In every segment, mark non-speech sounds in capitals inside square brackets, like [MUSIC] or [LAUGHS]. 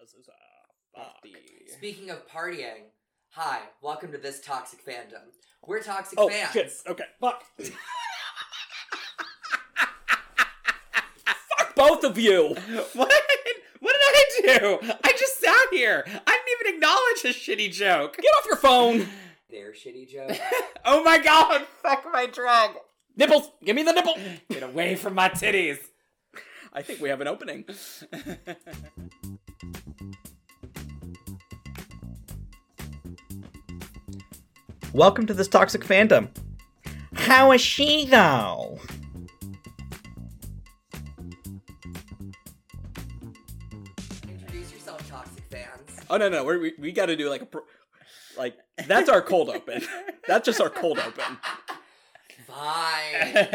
this is a party. Speaking of partying, hi, welcome to this toxic fandom. We're toxic Oh fans. shit! Okay, fuck. [LAUGHS] fuck both of you. [LAUGHS] What? What did I do? I just sat here. I didn't even acknowledge his shitty joke. Get off your phone. Their [LAUGHS] shitty joke. Oh my god, fuck my drug. Nipples. Give me the nipple. Get away from my titties. I think we have an opening. Welcome to this toxic fandom. How is she though? Introduce yourself, toxic fans. Oh no no, we're, we we got to do like a pro- like that's our cold open. That's just our cold open. [LAUGHS] Fine.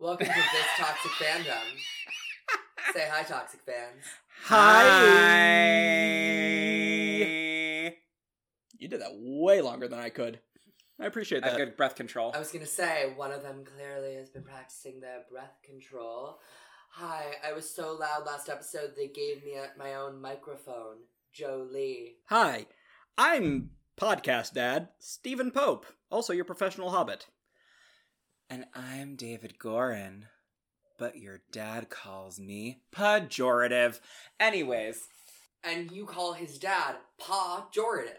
welcome to this toxic fandom. Say hi, toxic fans. Hi. You did that way longer than I could. Uh, I appreciate I've that. got breath control. I was gonna say one of them clearly has been practicing their breath control. Hi, I was so loud last episode they gave me a, my own microphone. Jolie. Hi, I'm podcast dad Stephen Pope, also your professional hobbit. And I'm David Gorin, but your dad calls me pejorative. Anyways. And you call his dad Pa [LAUGHS] Jordan.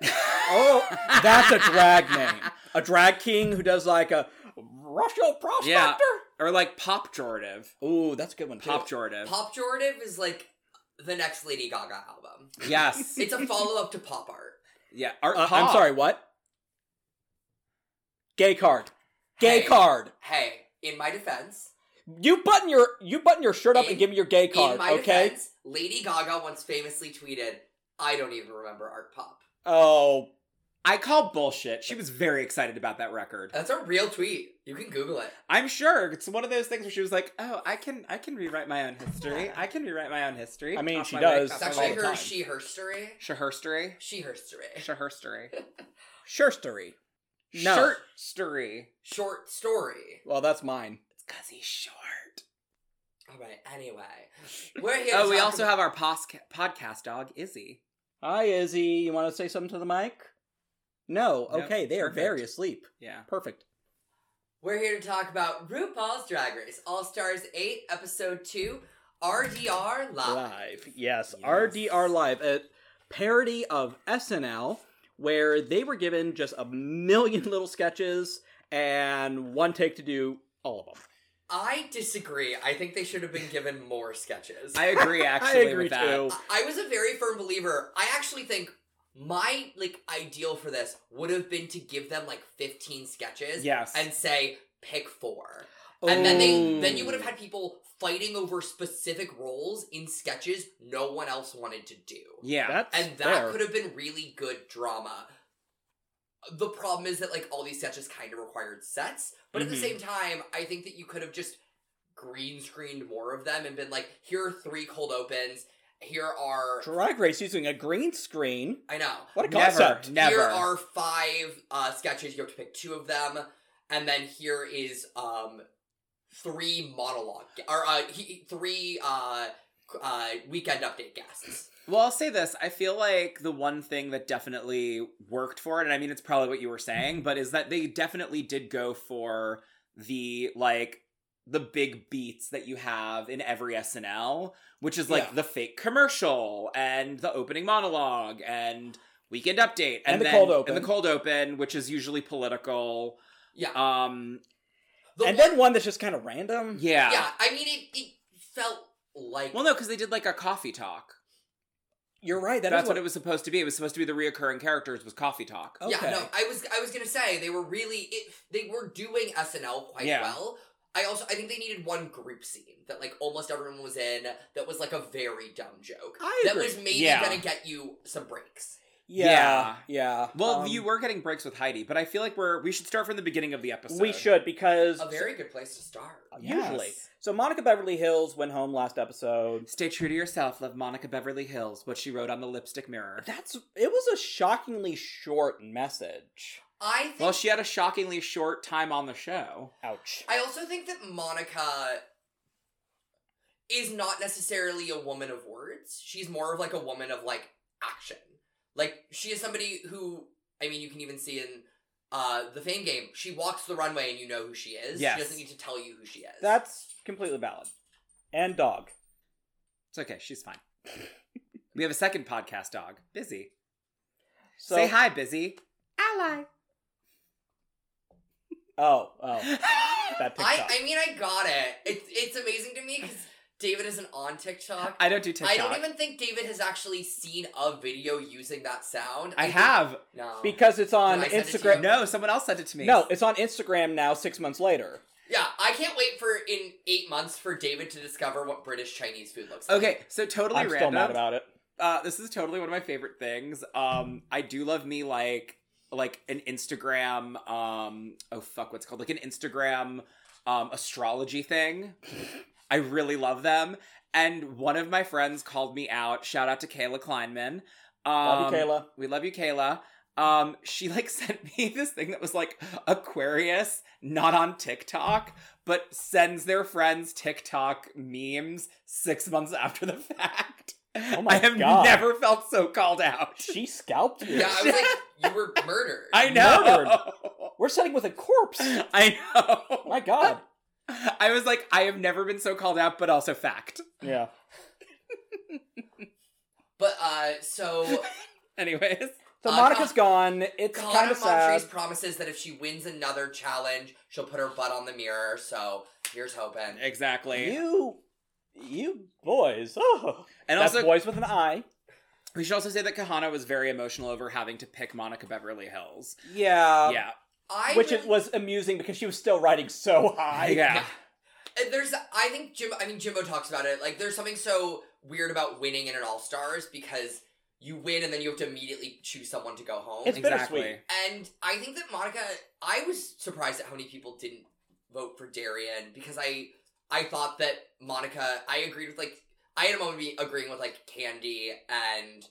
Oh, that's a drag name. A drag king who does like a Russian prospector. Yeah. Or like pop pejorative. Ooh, that's a good one. too. Pop pejorative. Pop Jordan is like the next Lady Gaga album. [LAUGHS] Yes. It's a follow up to pop art. yeah. Art Uh, I'm pop. sorry, what? Gay card. Gay Hey, card. Hey, in my defense, You button your you button your shirt up In- and give me your gay card, in my okay? defense, Lady Gaga once famously tweeted, "I don't even remember art pop." Oh, I call bullshit. She was very excited about that record. That's a real tweet. You can Google it. I'm sure it's one of those things where she was like, "Oh, I can, I can rewrite my own history. I can rewrite my own history." I mean, Off she my leg, does. off It's my That's actually all leg. the her time. she her story. [LAUGHS] Shaherstory. She her story. Shaherstory. shirstery. No. Shirtstory. Short story. Well, that's mine. It's cause he's short. All right. Anyway, we're here. [LAUGHS] Oh, we also have our posca- podcast dog, Izzy. Hi, Izzy. You want to say something to the mic? No. Nope, Okay, they are perfect. very asleep. Yeah. Perfect. We're here to talk about RuPaul's Drag Race All Stars Eight, Episode Two, RDR Live. Live. Yes, Yes. RDR Live, a parody of SNL, where they were given just a million [LAUGHS] little sketches and one take to do all of them. I disagree. I think they should have been given more sketches. [LAUGHS] I agree. Actually, I agree with that. too. I- I was a very firm believer. I actually think my like ideal for this would have been to give them like 15 sketches Yes. and say pick four. And then they then you would have Ooh. had people fighting over specific roles in sketches no one else wanted to do. yeah. That's And that fair. could have been really good drama. The problem is that like all these sketches kind of required sets, but at the Mhm. Mm-hmm. same time, I think that you could have just green screened more of them and been like, here are three cold opens, here are Drag Race using a green screen. I know. What a never, concept! Never. Here are five uh, sketches. You have to pick two of them, and then here is um three monologue or uh, he, three uh, uh weekend update guests. Well, I'll say this. I feel like the one thing that definitely worked for it, and I mean, it's probably what you were saying, but is that they definitely did go for the like the big beats that you have in every SNL, which is like Yeah. the fake commercial and the opening monologue and weekend update And the then, cold open. and the cold open, which is usually political. Yeah, Um, The and one- then one that's just kind of random. yeah. yeah, I mean it. It felt like Well, no, because they did like a coffee talk. You're right. That's what it was supposed to be. It was supposed to be the reoccurring characters was coffee talk. Okay. Yeah, no, I was I was gonna say they were really it, they were doing SNL quite Yeah. well. I also I think they needed one group scene that like almost everyone was in that was like a very dumb joke I that agree. was maybe Yeah. gonna get you some breaks. Yeah, yeah. Well, Um, you were getting breaks with Heidi, but I feel like we're we should start from the beginning of the episode. We should because A very good place to start. Oh, usually. Yes. So Monica Beverly Hills went home last episode. stay true to yourself. Love Monica Beverly Hills. What she wrote on the lipstick mirror. That's it was a shockingly short message. I think Well, she had a shockingly short time on the show. Ouch. I also think that Monica is not necessarily a woman of words. She's more of like a woman of like action. Like she is somebody who I mean you can even see in uh the fame game, she walks the runway and you know who she is. Yes. She doesn't need to tell you who she is. That's completely valid. And dog. It's okay. She's fine. we have a second podcast dog, Busy. So, Say hi, Busy. Ally. Oh, oh, that TikTok. [LAUGHS] I, I mean I got it. It's it's amazing to me because David isn't on [LAUGHS] TikTok. I don't do TikTok. I don't even think David has actually seen a video using that sound. I think- have. no. because it's on Did I send it to Instagram. you? No, someone else sent it to me. No, it's on Instagram now. Six months later. yeah, I can't wait for in eight months for David to discover what British Chinese food looks like. Okay, so totally I'm random. still mad about it. uh, this is totally one of my favorite things. Um, I do love me like like an Instagram. Um, oh fuck, what's it called like an Instagram um, astrology thing. I really love them. And one of my friends called me out. Shout out to Kayla Kleinman. Um, Love you, Kayla. We love you, Kayla. Um, she like [LAUGHS] sent me this thing that was like Aquarius, not on TikTok, but sends their friends TikTok memes six months after the [LAUGHS] fact. Oh my I have God. never felt so called out. She scalped you. Yeah, I [LAUGHS] was like, you were murdered. I know. We're sitting with a corpse. [LAUGHS] I know. My God. [LAUGHS] I was like, I have never been so called out, but also fact. Yeah. But uh, [LAUGHS] so Anyways. So Uh, Monica's gone. It's kind Colin of sad. Montrese promises that if she wins another challenge, she'll put her butt on the mirror. So here's hoping. Exactly. You, you boys. Oh. and That's also, boys with an eye. we should also say that Kahana was very emotional over having to pick Monica Beverly Hills. Yeah. yeah. I Which really, it was amusing because she was still riding so high. yeah. and uh, There's, I think Jim. I mean, Jimbo talks about it. Like, there's something so weird about winning in an All Stars because you win and then you have to immediately choose someone to go home. It's- Exactly. bittersweet. and I think that Monica. I was surprised at how many people didn't vote for Darian because I, I thought that Monica. I agreed with like I had a moment of me agreeing with like Candy and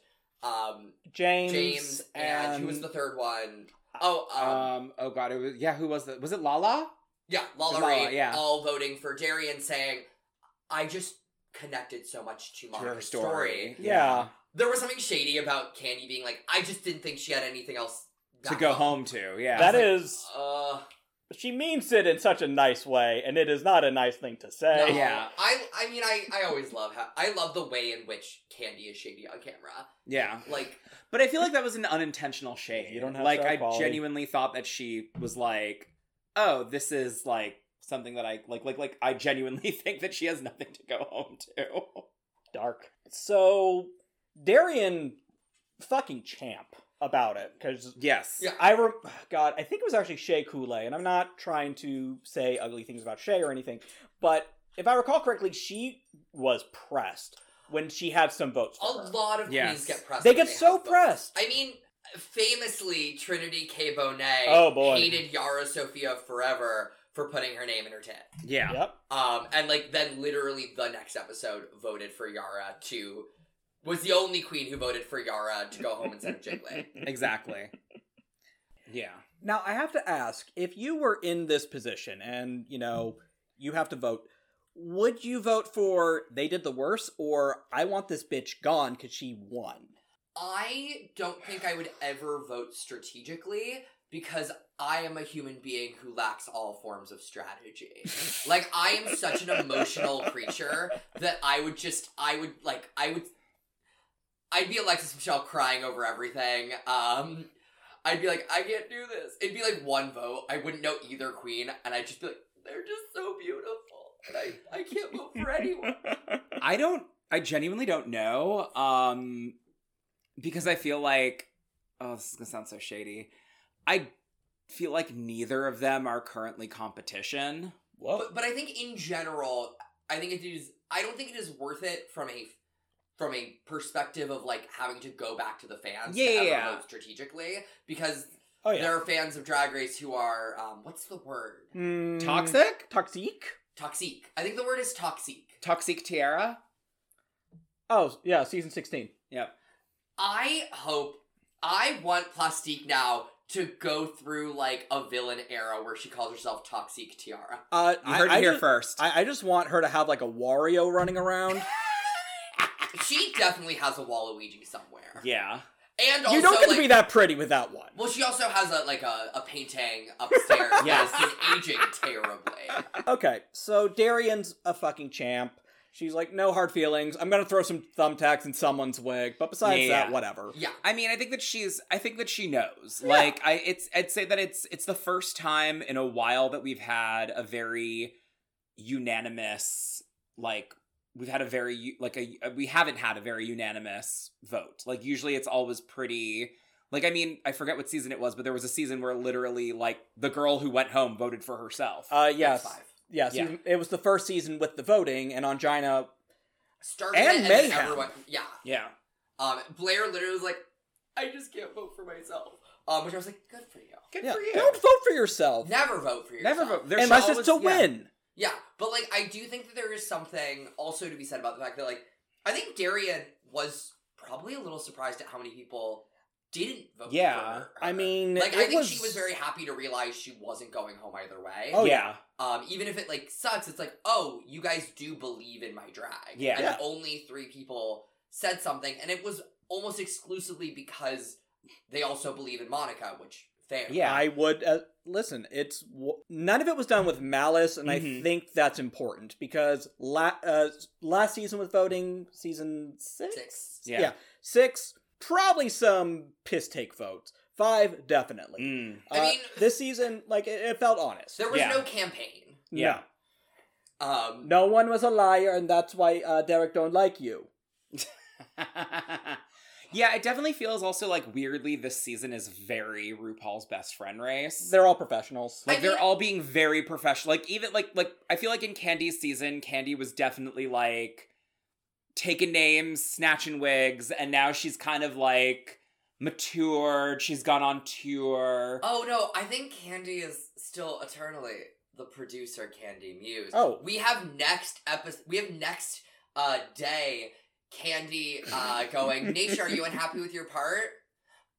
um James, James and, who was the third one? uh, Oh, um, Um. Oh God. It was. Yeah. Who was that? Was it Lala? yeah, Lala, Lala, Rae, yeah. all voting for Darian, saying, "I just connected so much to To Monica's story. Yeah. There was something shady about Candy being like, "I just didn't think she had anything else To go home to. Yeah. That is. Uh, She means it in such a nice way, and it is not a nice thing to no. say. yeah. I, I mean, I, I always love how I love the way in which Candy is shady on camera. Yeah. Like, But I feel like that was an unintentional shade. You don't have like star I quality. genuinely thought that she was like, oh, this is like something that I like like like I genuinely [LAUGHS] think that she has nothing to go home to. Dark. So Darian, fucking champ about it because yes. Yeah. I rem- God, I think it was actually Shea Coulee, and I'm not trying to say ugly things about Shea or anything, but if I recall correctly, she was pressed when she had some votes. a For her. lot of Yes. queens get pressed. They when get so have votes. pressed. I mean, famously, Trinity K. Bonet Oh, boy. hated Yara Sofia forever for putting her name in her tit. Yeah. Yep. Um, and like then literally the next episode voted for Yara to was the only queen who voted for Yara to go home instead of Jiggly. [LAUGHS] Exactly. yeah. Now, I have to ask if you were in this position and, you know, you have to vote, would you vote for they did the worse or I want this bitch gone because she won? I don't think I would ever vote strategically because I am a human being who lacks all forms of strategy. like I am such an emotional creature that I would just I would like I would I'd be Alexis Michelle crying over everything. Um I'd be like, I can't do this. It'd be like one vote. I wouldn't know either queen, and I'd just be like, they're just so beautiful. And I, I can't vote for anyone. I don't I genuinely don't know. Um because I feel like oh this is gonna sound so shady. I feel like neither of them are currently Oh. competition. Whoa. But, but I think in general, I think it is. I don't think it is worth it from a from a perspective of like having to go back to the fans. to Yeah, ever yeah. vote strategically because Oh yeah. there are fans of Drag Race who are um, what's the word Hmm. Mm, Toxic? Toxique. toxic. I think the word is toxic. Toxic Tiara? Oh yeah, season sixteen. I hope I want Plastique now to go through like a villain era where she calls herself Toxic Tiara. [LAUGHS] Uh, You heard I, it here just, first. I, I just want her to have like a Wario running around. She definitely has a Waluigi somewhere. yeah. And also, you don't get like, to be that pretty without one. well, she also has a like a, a painting upstairs Yes. that's been aging terribly. Okay, so Darian's a fucking champ. She's like, no hard feelings. I'm gonna throw some thumbtacks in someone's wig, but besides Yeah. that, whatever. Yeah, I mean, I think that she's. I think that she knows. Like, I it's. I'd say that it's. It's the first time in a while that we've had a very unanimous. Like, we've had a very u- like a. uh, We haven't had a very unanimous vote. Like, usually it's always pretty. Like, I mean, I forget what season it was, but there was a season where literally, like, the girl who went home voted for herself. Uh, yes, Five. yes. Yeah. It was the first season with the voting, and Angina. Started And it then Mayhem. everyone, yeah. yeah. Um, Blair literally was like, I just can't vote for myself. Um, which I was like, good for you. Good Yeah, for you. don't vote for yourself Never vote for yourself. Never vote. There should unless always- it's to yeah. win. Yeah, but like I do think that there is something also to be said about the fact that like I think Darian was probably a little surprised at how many people didn't vote. Yeah, for her. I mean, like it I think was... she was very happy to realize she wasn't going home either way. Oh, yeah. Um, even if it like sucks, it's like oh, you guys do believe in my drag. Yeah. and Yeah. only three people said something, and it was almost exclusively because they also believe in Monica, which fair. Yeah. I would uh, listen. It's w- none of it was done with malice, and I Mhm. think that's important because la- uh, last season with voting, season six, Six. Yeah. Yeah. six, probably some piss take votes. Five, definitely. Mm. I Uh, mean- this season, like it, it felt honest. There was Yeah. no campaign. Yeah. Um, No. No one was a liar, and that's why uh, Derek don't like you. [LAUGHS] yeah, it definitely feels also like weirdly this season is very RuPaul's best friend race. They're all professionals. like I they're mean- all being very professional. Like even like like I feel like in Candy's season, Candy was definitely like taking names, snatching wigs, and now she's kind of like matured. She's gone on tour. Oh no, I think Candy is still eternally the producer Candy Muse. Oh. We have next episode we have next uh day Candy uh going, [LAUGHS] Nisha, are you unhappy with your part?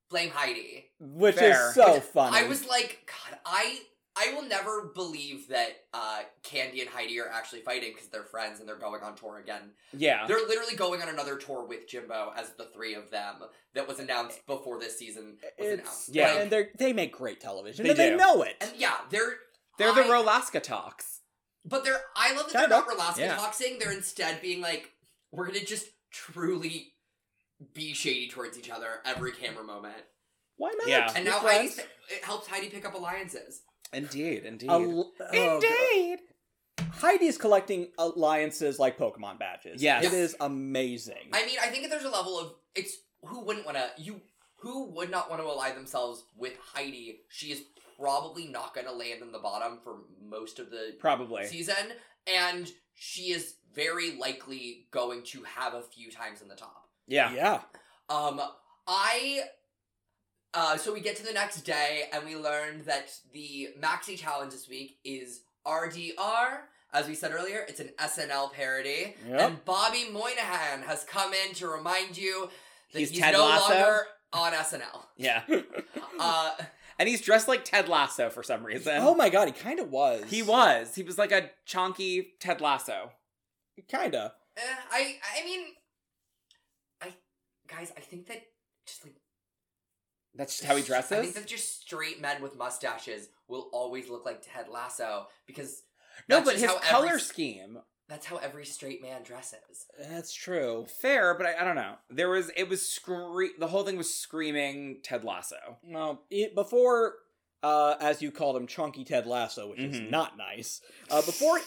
Blame Heidi. Which Fair. is so Which funny. I was like, God, I I will never believe that uh Candy and Heidi are actually fighting because they're friends and they're going on tour again. yeah. They're literally going on another tour with Jimbo as the three of them that was announced before this season was It's, announced. yeah, Like- and they they make great television, They and do. they know it. And yeah, they're They're the I- Rolaska talks. But they're I love that they're Kind not of. Rolaska Yeah. toxing. They're instead being like, we're gonna just truly be shady towards each other every camera moment. Why not? Yeah. And We're now Heidi, friends. it helps Heidi pick up alliances. Indeed, indeed. Al- oh, God. indeed. Heidi's collecting alliances like Pokemon badges. Yes. It is amazing. I mean, I think there's a level of it's who wouldn't wanna you who would not want to ally themselves with Heidi. She is probably not gonna land in the bottom for most of the [LAUGHS] Probably. season, and she is very likely going to have a few times in the top. yeah. yeah. Um, I. Uh, so we get to the next day and we learn that the maxi challenge this week is RDR. As we said earlier, it's an SNL parody. Yep. And Bobby Moynihan has come in to remind you that he's, He's Ted no Lasso? longer on SNL. Yeah. Uh, And he's dressed like Ted Lasso for some reason. oh my god, he kind of was. He was. He was like a chonky Ted Lasso. kind of. eh, I I mean, I guys, I think that just like That's just how he I think dresses. that just straight men with mustaches will always look like Ted Lasso because No, that's but just his how every color scheme. That's how every straight man dresses. That's true. Fair, but I, I don't know. There was it was scree- the whole thing was screaming Ted Lasso. No, it, before, uh, as you called him, Chunky Ted Lasso, which Mhm. is not nice. Uh, before,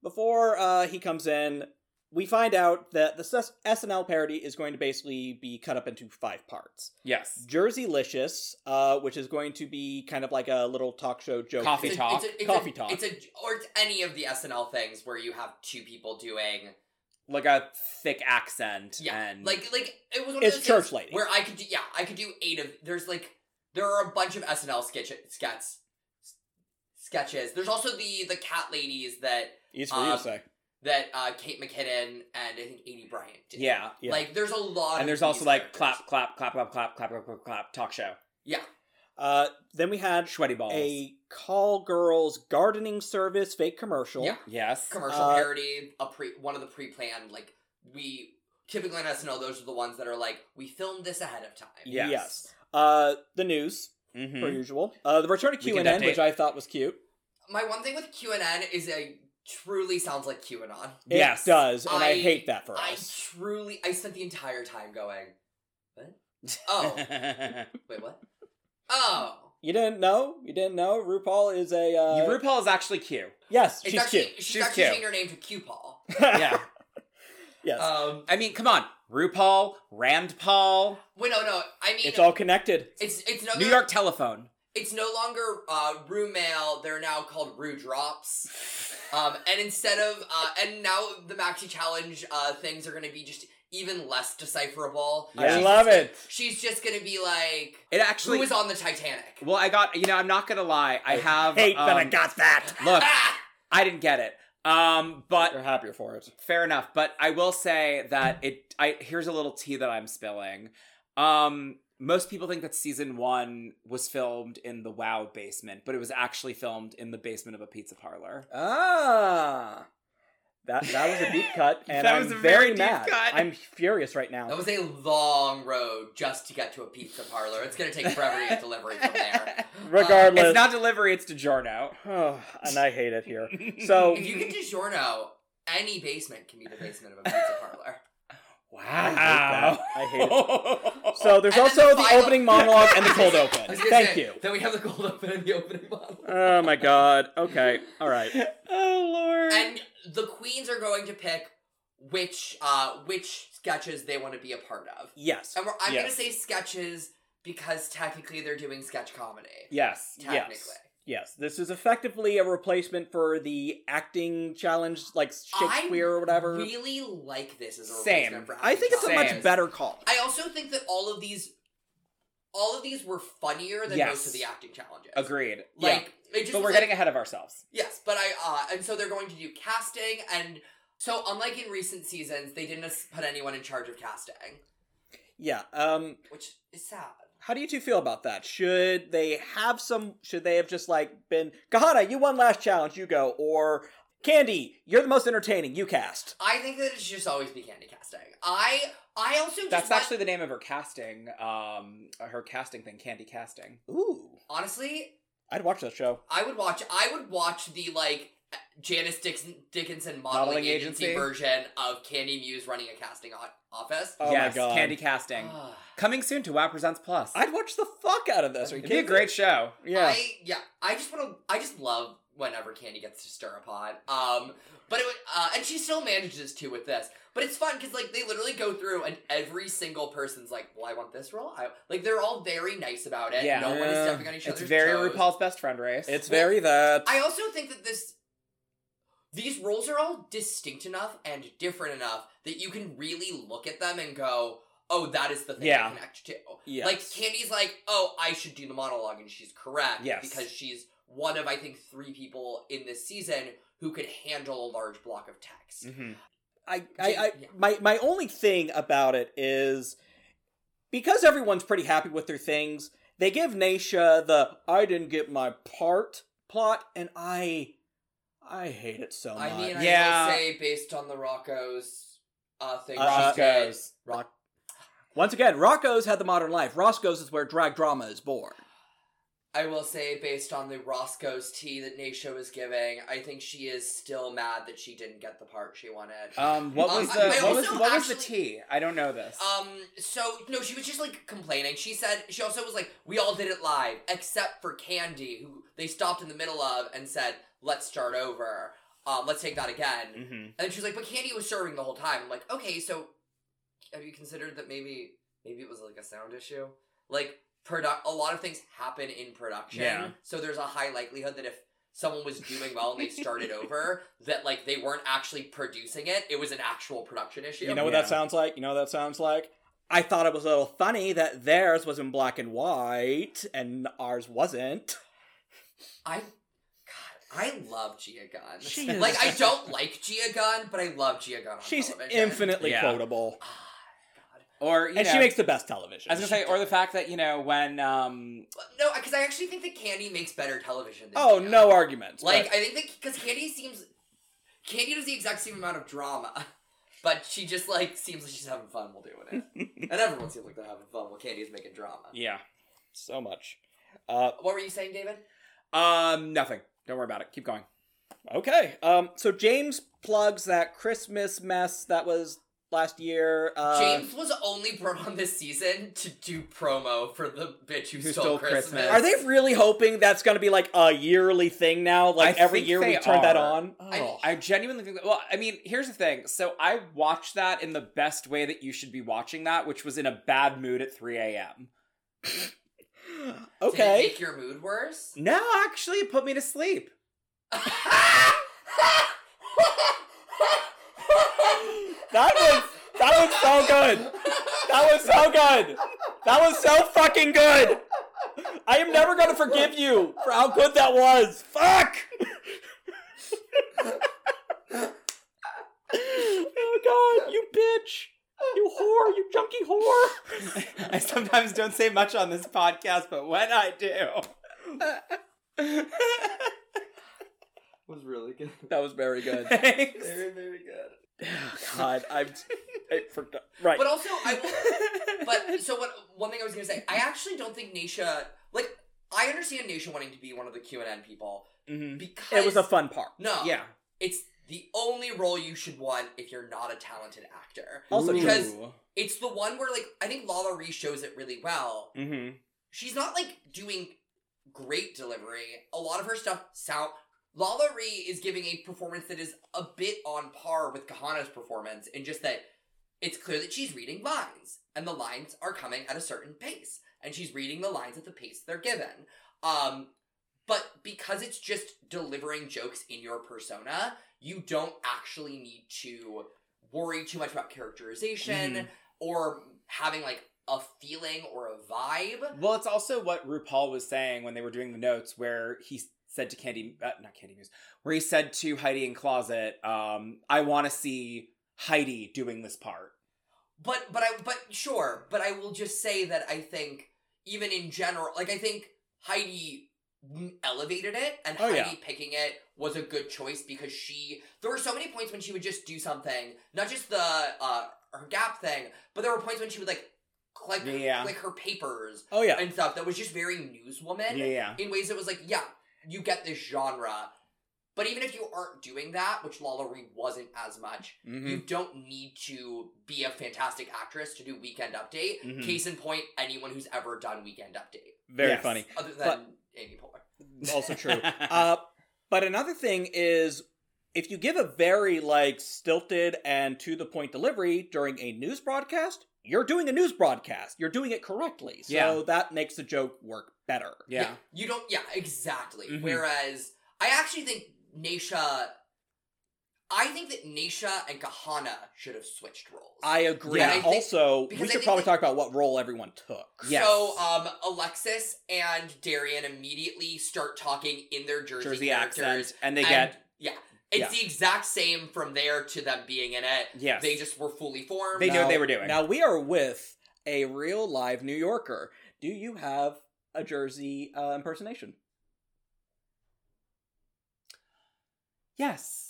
before uh, he comes in, we find out that the S- SNL parody is going to basically be cut up into five parts. Yes. Jersey Licious, uh, which is going to be kind of like a little talk show joke. thing. Coffee It's a- It's talk. a, it's Coffee a, talk. It's a or it's any of the SNL things where you have two people doing Like a thick accent yeah, and like like it was one It's of those church things lady. where I could do yeah I could do eight of there's like there are a bunch of SNL sketch skets sketches. There's also the the cat ladies that Easy for you Um, to say. that uh, Kate McKinnon and I think Adi Bryant did. yeah. Yeah. Like there's a lot, of And there's these also like characters. clap, clap, clap, clap, clap, clap, clap, clap, clap, talk show. Yeah, Uh, then we had Sweaty balls. a call girls gardening service fake commercial. Yeah. yes. commercial Uh, parody, a pre one of the pre planned like we typically on SNL those are the ones that are like we filmed this ahead of time. Yes. Yes. Uh, the news [LAUGHS] Mhm. per usual. Uh, the return of We can QAnon, update. which I thought was cute. My one thing with QAnon is it truly sounds like QAnon. It Yes. does, and I, I- hate that for I us. truly I spent the entire time going, [LAUGHS] what? Oh Uh, wait, what? Oh, You didn't know? You didn't know? RuPaul is a uh, You- RuPaul is actually cute. yes, it's she's actually cute. she's, She's actually cute. changed her name to Q Paul. Yeah. [LAUGHS] yes, Um, I mean, come on. RuPaul, Rand [LAUGHS] Paul, wait, no, no. I mean, it's all connected. it's it's no New York telephone. It's no longer uh, Rue Mail. They're now called Rue [LAUGHS] Drops. Um, and instead of uh, and now the maxi challenge uh, things are going to be just even less decipherable. Yeah. I love it. She's just going to be like, It actually. "Who was on the Titanic?" well, I got. You know, I'm not gonna lie. I have. hate that I um, got [LAUGHS] that. Look, Ah! I didn't get it. Um, but You're happier for it. fair enough but i will say that it i here's a little tea that i'm spilling um most people think that season one was filmed in the wow basement but it was actually filmed in the basement of a pizza parlor Uh, Ah, that that was [LAUGHS] a deep cut, and That I'm was a very very, deep mad. cut. I'm furious right now. That was a long road just to get to a pizza parlor. It's going to take forever to get delivery [LAUGHS] from there. Um, Regardless, it's not delivery it's DiGiorno. Oh, [SIGHS] and I hate it [LAUGHS] here. So if you get DiGiorno, any basement can be the basement of a pizza [LAUGHS] parlor. wow I hate [LAUGHS] that. [LAUGHS] it so there's And then also the the, final- opening monologue and the cold [LAUGHS] I open. was gonna Thank say, you. Then we have the gold open and the opening bottle. Oh my god. Okay. All right. [LAUGHS] oh lord and the queens are going to pick which uh which sketches they want to be a part of. Yes. And we're, I'm gonna Yes. say sketches because technically they're doing sketch comedy. yes Technically, Yes. This is effectively a replacement for the acting challenge, like Shakespeare or whatever. really like this as a Same. replacement for I think it's a much Same. better call. I also think that all of these, all of these were funnier than Yes. most of the acting challenges. agreed yeah. Like it just but was we're like- getting ahead of ourselves Yes, but I uh and so they're going to do casting and so unlike in recent seasons, they didn't s- put anyone in charge of casting, Yeah. Um. which is sad. How do you two feel about that? Should they have some? Should they have just like been Kahana? You won last challenge. You go. Or Candy, you're the most entertaining. You cast. I think that it should just always be candy casting. I I also just that's want- actually the name of her casting um her casting thing candy casting Ooh, honestly I'd watch that show. I would watch I would watch the like Janice Dickinson, Dickinson modeling, Modeling agency, agency? version of Candy Muse running a casting o- office. Ah. Oh my yes God. candy casting Coming soon to Wow Presents Plus. I'd watch the fuck out of this. Are you It'd be a kidding great show. me? Yeah. I yeah, I just want to. I just love whenever Candy gets to stir a pot. Um, but it would, uh, and she still manages to with this. But it's fun because like they literally go through and every single person's like, "Well, I want this role." I like they're all very nice about it. Yeah. no one is Yeah. stepping on each It's other's very toes. RuPaul's Best Friend race. it's very that. I also think that this these roles are all distinct enough and different enough that you can really look at them and go, "Oh, that is the thing Yeah. I connect to." Yes. Like Candy's like, oh, I should do the monologue, and she's correct. Yes. Because she's one of I think three people in this season who could handle a large block of text. Mhm. I, Mm-hmm. I, I Yeah. my, my only thing about it is because everyone's pretty happy with their things, they give Naisha the I didn't get my part plot, and I I hate it so much. I mean, Yeah. I will say based on the Rocco's uh thing. Uh, she did- Roscoe's. Rock- Once again, Rocco's had the modern life. Roscoe's is where drag drama is born. I will say based on the Roscoe's tea that Naisha was giving, I think she is still mad that she didn't get the part she wanted. Um, what was Um, the I- I what was also what was the actually- tea? I don't know this. Um, so no, she was just like complaining. She said she also was like, we all did it live, except for Candy, who they stopped in the middle of and said, Let's start over. Um, let's take that again. Mm. And Mhm. then she was like, But Candy was serving the whole time. I'm like, okay, so have you considered that maybe maybe it was like a sound issue? Like product a lot of things happen in production. Yeah. So there's a high likelihood that if someone was doing well and they [LAUGHS] started over, that like they weren't actually producing it. It was an actual production issue. You know what Yeah. that sounds like? You know what that sounds like? I thought it was a little funny that theirs was in black and white and ours wasn't. I God, I love Gia Gunn. [LAUGHS] She is- Like I don't like Gia Gunn, but I love Gia Gunn on She's television. infinitely Yeah. quotable. Ah, God. Or you and know, she makes the best television. I was gonna say, or the fact that you know when um No, because I actually think that Candy makes better television. Than oh, Gina. no arguments. Like but- I think that because Candy seems, Candy does the exact same amount of drama, [LAUGHS] but she just like seems like she's having fun while doing it, [LAUGHS] and everyone seems like they're having fun while Candy is making drama. yeah so much. Uh, What were you saying, David? um nothing. Don't worry about it. Keep going. okay. Um, so James plugs that Christmas mess that was last year. Uh, James was only brought on this season to do promo for the bitch who, Who stole, Stole Christmas. Christmas. Are they really hoping that's going to be like a yearly thing now? Like I every think year we they turn that are. Oh. on? I- I genuinely think that, well, I mean, here's the thing. So I watched that in the best way that you should be watching that, which was in a bad mood at 3 a.m. Oh, Did it Okay. make your mood worse? No, actually, it put me to sleep. That was that was so good. That was so good. That was so fucking good. I am never gonna forgive you for how good that was. Fuck. [LAUGHS] oh god, you bitch. You whore, you junkie whore. I sometimes don't say much on this podcast, but when I do. was really good. That was very good. [LAUGHS] Thanks. very good. God, I'm. [LAUGHS] I forgot. Right. But also, I but so what? One thing I was gonna say, I actually don't think Nisha like I understand Nisha wanting to be one of the QAnon people Mhm. because It was a fun part. no, Yeah. it's the only role you should want if you're not a talented actor. Also because Ooh. it's the one where like I think Lala Ree shows it really well. Mhm. She's not like doing great delivery. A lot of her stuff sound. Lala Ree is giving a performance that is a bit on par with Kahana's performance, and just that it's clear that she's reading lines, and the lines are coming at a certain pace, and she's reading the lines at the pace they're given. Um, but because it's just delivering jokes in your persona, you don't actually need to worry too much about characterization or having like a feeling or a vibe. Well, it's also what RuPaul was saying when they were doing the notes, where he said to Candy, uh, not Candy Muse, where he said to Heidi in Closet, um, "I want to see Heidi doing this part." But but I but sure, but I will just say that I think even in general, like I think Heidi m- elevated it and Oh, Heidi yeah. picking it was a good choice because she there were so many points when she would just do something, not just the uh her gap thing, but there were points when she would like click Yeah. click her papers Oh, yeah. and stuff that was just very newswoman Yeah, yeah. in ways that was like, yeah, you get this genre. But even if you aren't doing that, which Lala Ree wasn't as much, Mhm. you don't need to be a fantastic actress to do Weekend Update. Mhm. Case in point, anyone who's ever done Weekend Update, Very Yes. funny. other than But- Amy Poehler. Also [LAUGHS] true. Uh, but another thing is, if you give a very like stilted and to the point delivery during a news broadcast, you're doing a news broadcast. You're doing it correctly, so Yeah. that makes the joke work better. yeah. you don't. Yeah, exactly. Mhm. Whereas I actually think Nisha, I think that Nisha and Kahana should have switched roles. I agree. Yeah, I think- also, because we I should think probably that- talk about what role everyone took. Yes. So um, Alexis and Darian immediately start talking in their Jersey, Jersey characters, accent, and they and- get yeah. It's Yeah. the exact same from there to them being in it. yes. They just were fully formed. They knew Now- what they were doing. Now we are with a real live New Yorker. Do you have a Jersey uh, impersonation? yes.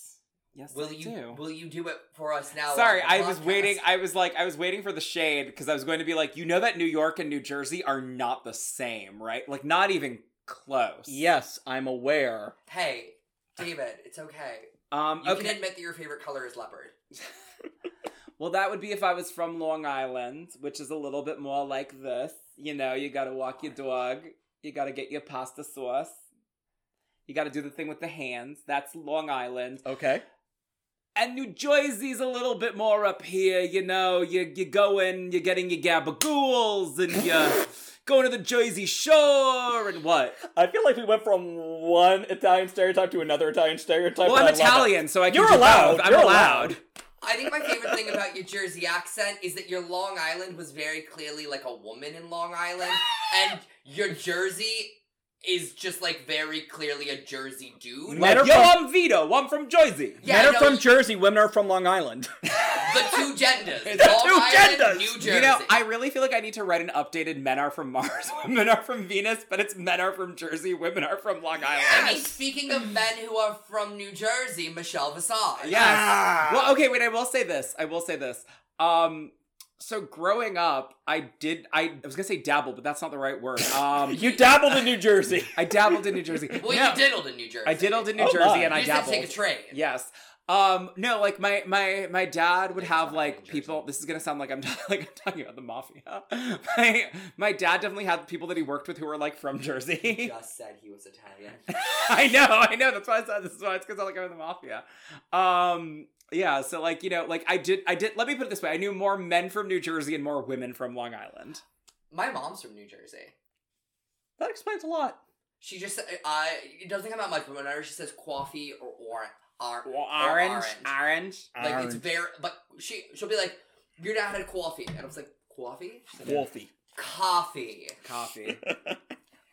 Yes. Will I you do. will you do it for us now? Sorry, on the I was podcast? waiting. I was like, I was waiting for the shade because I was going to be like, you know that New York and New Jersey are not the same, right? Like, not even close. Yes, I'm aware. Hey, David, it's okay. Um. You okay. can admit that your favorite color is leopard. Well, that would be if I was from Long Island, which is a little bit more like this. You know, you gotta walk your dog. You gotta get your pasta sauce. You gotta do the thing with the hands. That's Long Island. Okay. And New Jersey's a little bit more up here, you know. You you go in, you're getting your gabagools, and [LAUGHS] you going to the Jersey Shore, and what? I feel like we went from one Italian stereotype to another Italian stereotype. well, and I I'm love Italian, so I can You're do allowed. both. I'm You're allowed. allowed. I think my favorite thing about your Jersey accent is that your Long Island was very clearly like a woman in Long Island, and your Jersey is just like very clearly a Jersey dude. Men are Yo, from- I'm Vito. I'm from Jersey. Yeah, Men no, are from Jersey, women are from Long Island. the two genders. [LAUGHS] The Long two Island, genders. New Jersey. You know, I really feel like I need to write an updated "Men are from Mars, [LAUGHS] women are from Venus," but it's "Men are from Jersey, women are from Long Island." I mean, speaking of men who are from New Jersey, Michelle Visage. Yes. Ah. Well, okay, wait, I will say this. I will say this. Um so growing up, I did I, I was going to say dabble, but that's not the right word. Um you dabbled in New Jersey. I dabbled in New Jersey. [LAUGHS] Well, No, you diddled in New Jersey. I diddled in New Oh, my. Jersey and You I just had to dabbled. take a train. Yes. Um no, like my my my dad would It's have not like in Jersey. people this is going to sound like I'm [LAUGHS] ta- like I'm talking about the mafia. [LAUGHS] My my dad definitely had people that he worked with who were like from He Jersey. just said he was Italian. [LAUGHS] I know, I know. That's why I said this is why it's because I like I'm in the mafia. Um, yeah. So like you know, like I did, I did. Let me put it this way: I knew more men from New Jersey and more women from Long Island. My mom's from New Jersey. That explains a lot. She just uh, it doesn't come out much, but whenever she says coffee or or, or, Well, or orange, orange. like it's very. But she she'll be like, "Your dad had coffee," and I was like, "Coffee? She's like, Wolfie. Coffee." coffee,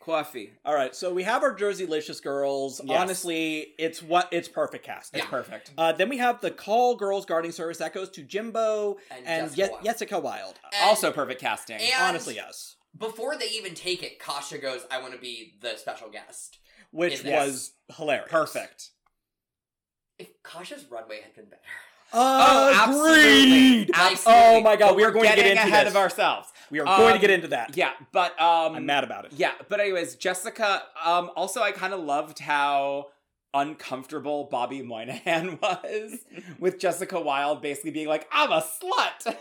coffee. All right, so we have our Jersey Licious girls. Yes. Honestly, it's what it's perfect cast. It's Yeah. perfect. Uh, then we have the Call Girls Guarding Service that goes to Jimbo And, and Jessica Ye- Wilde. Jessica Wilde. And- also perfect casting. and- Honestly, yes. Before they even take it, Kasha goes, "I want to be the special guest." Which Yes. was hilarious. perfect. If Kasha's runway had been better, Agreed. Oh, Oh, absolutely. Oh my god, But we are going to get getting into ahead this. of ourselves. we are Um, going to get into that. Yeah, but um, I'm mad about it. Yeah, but anyways, Jessica. Um, also, I kind of loved how uncomfortable Bobby Moynihan [LAUGHS] was with Jessica Wilde basically being like, "I'm a slut."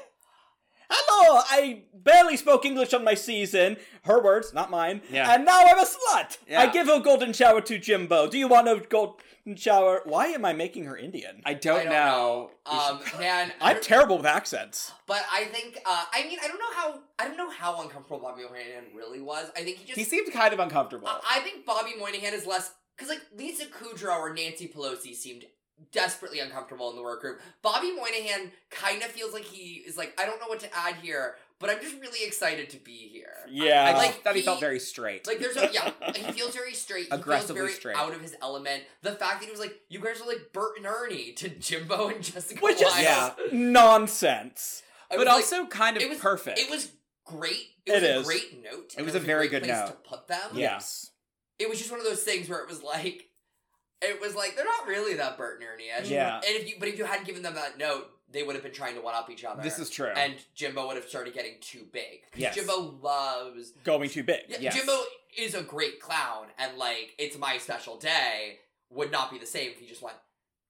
Hello, I barely spoke English on my season. Her words, not mine. Yeah. And now I'm a slut. Yeah. I give a golden shower to Jimbo. Do you want a golden shower? Why am I making her Indian? I don't, I don't know. um, man, I'm terrible with accents. but I think uh, I mean I don't know how I don't know how uncomfortable Bobby Moynihan really was. I think he just he seemed kind of uncomfortable. I, I think Bobby Moynihan is less because like Lisa Kudrow or Nancy Pelosi seemed desperately uncomfortable in the workroom. Bobby Moynihan kind of feels like he is like I don't know what to add here, but I'm just really excited to be here. Yeah. I, I like just thought Uh, he, he- felt very straight. Like there's a yeah, he feels very straight. He Aggressively feels very straight. out of his element. The fact that he was like, you guys are like Bert and Ernie to Jimbo and Jessica Which is Wilde. Yeah. nonsense. I but was like, also kind of it was- perfect. it was great. It It was a is. great note. and was a very great good place note. to put them. Yes. it was just one of those things where it was like, it was like they're not really that Bert and Ernie-ish. Yeah. And if you, but if you hadn't given them that note, they would have been trying to one up each other. This is true. And Jimbo would have started getting too big. 'Cause Yes. Jimbo loves. Going too big. Yeah, Yes. Jimbo is a great clown, and like it's my special day would not be the same if he just went.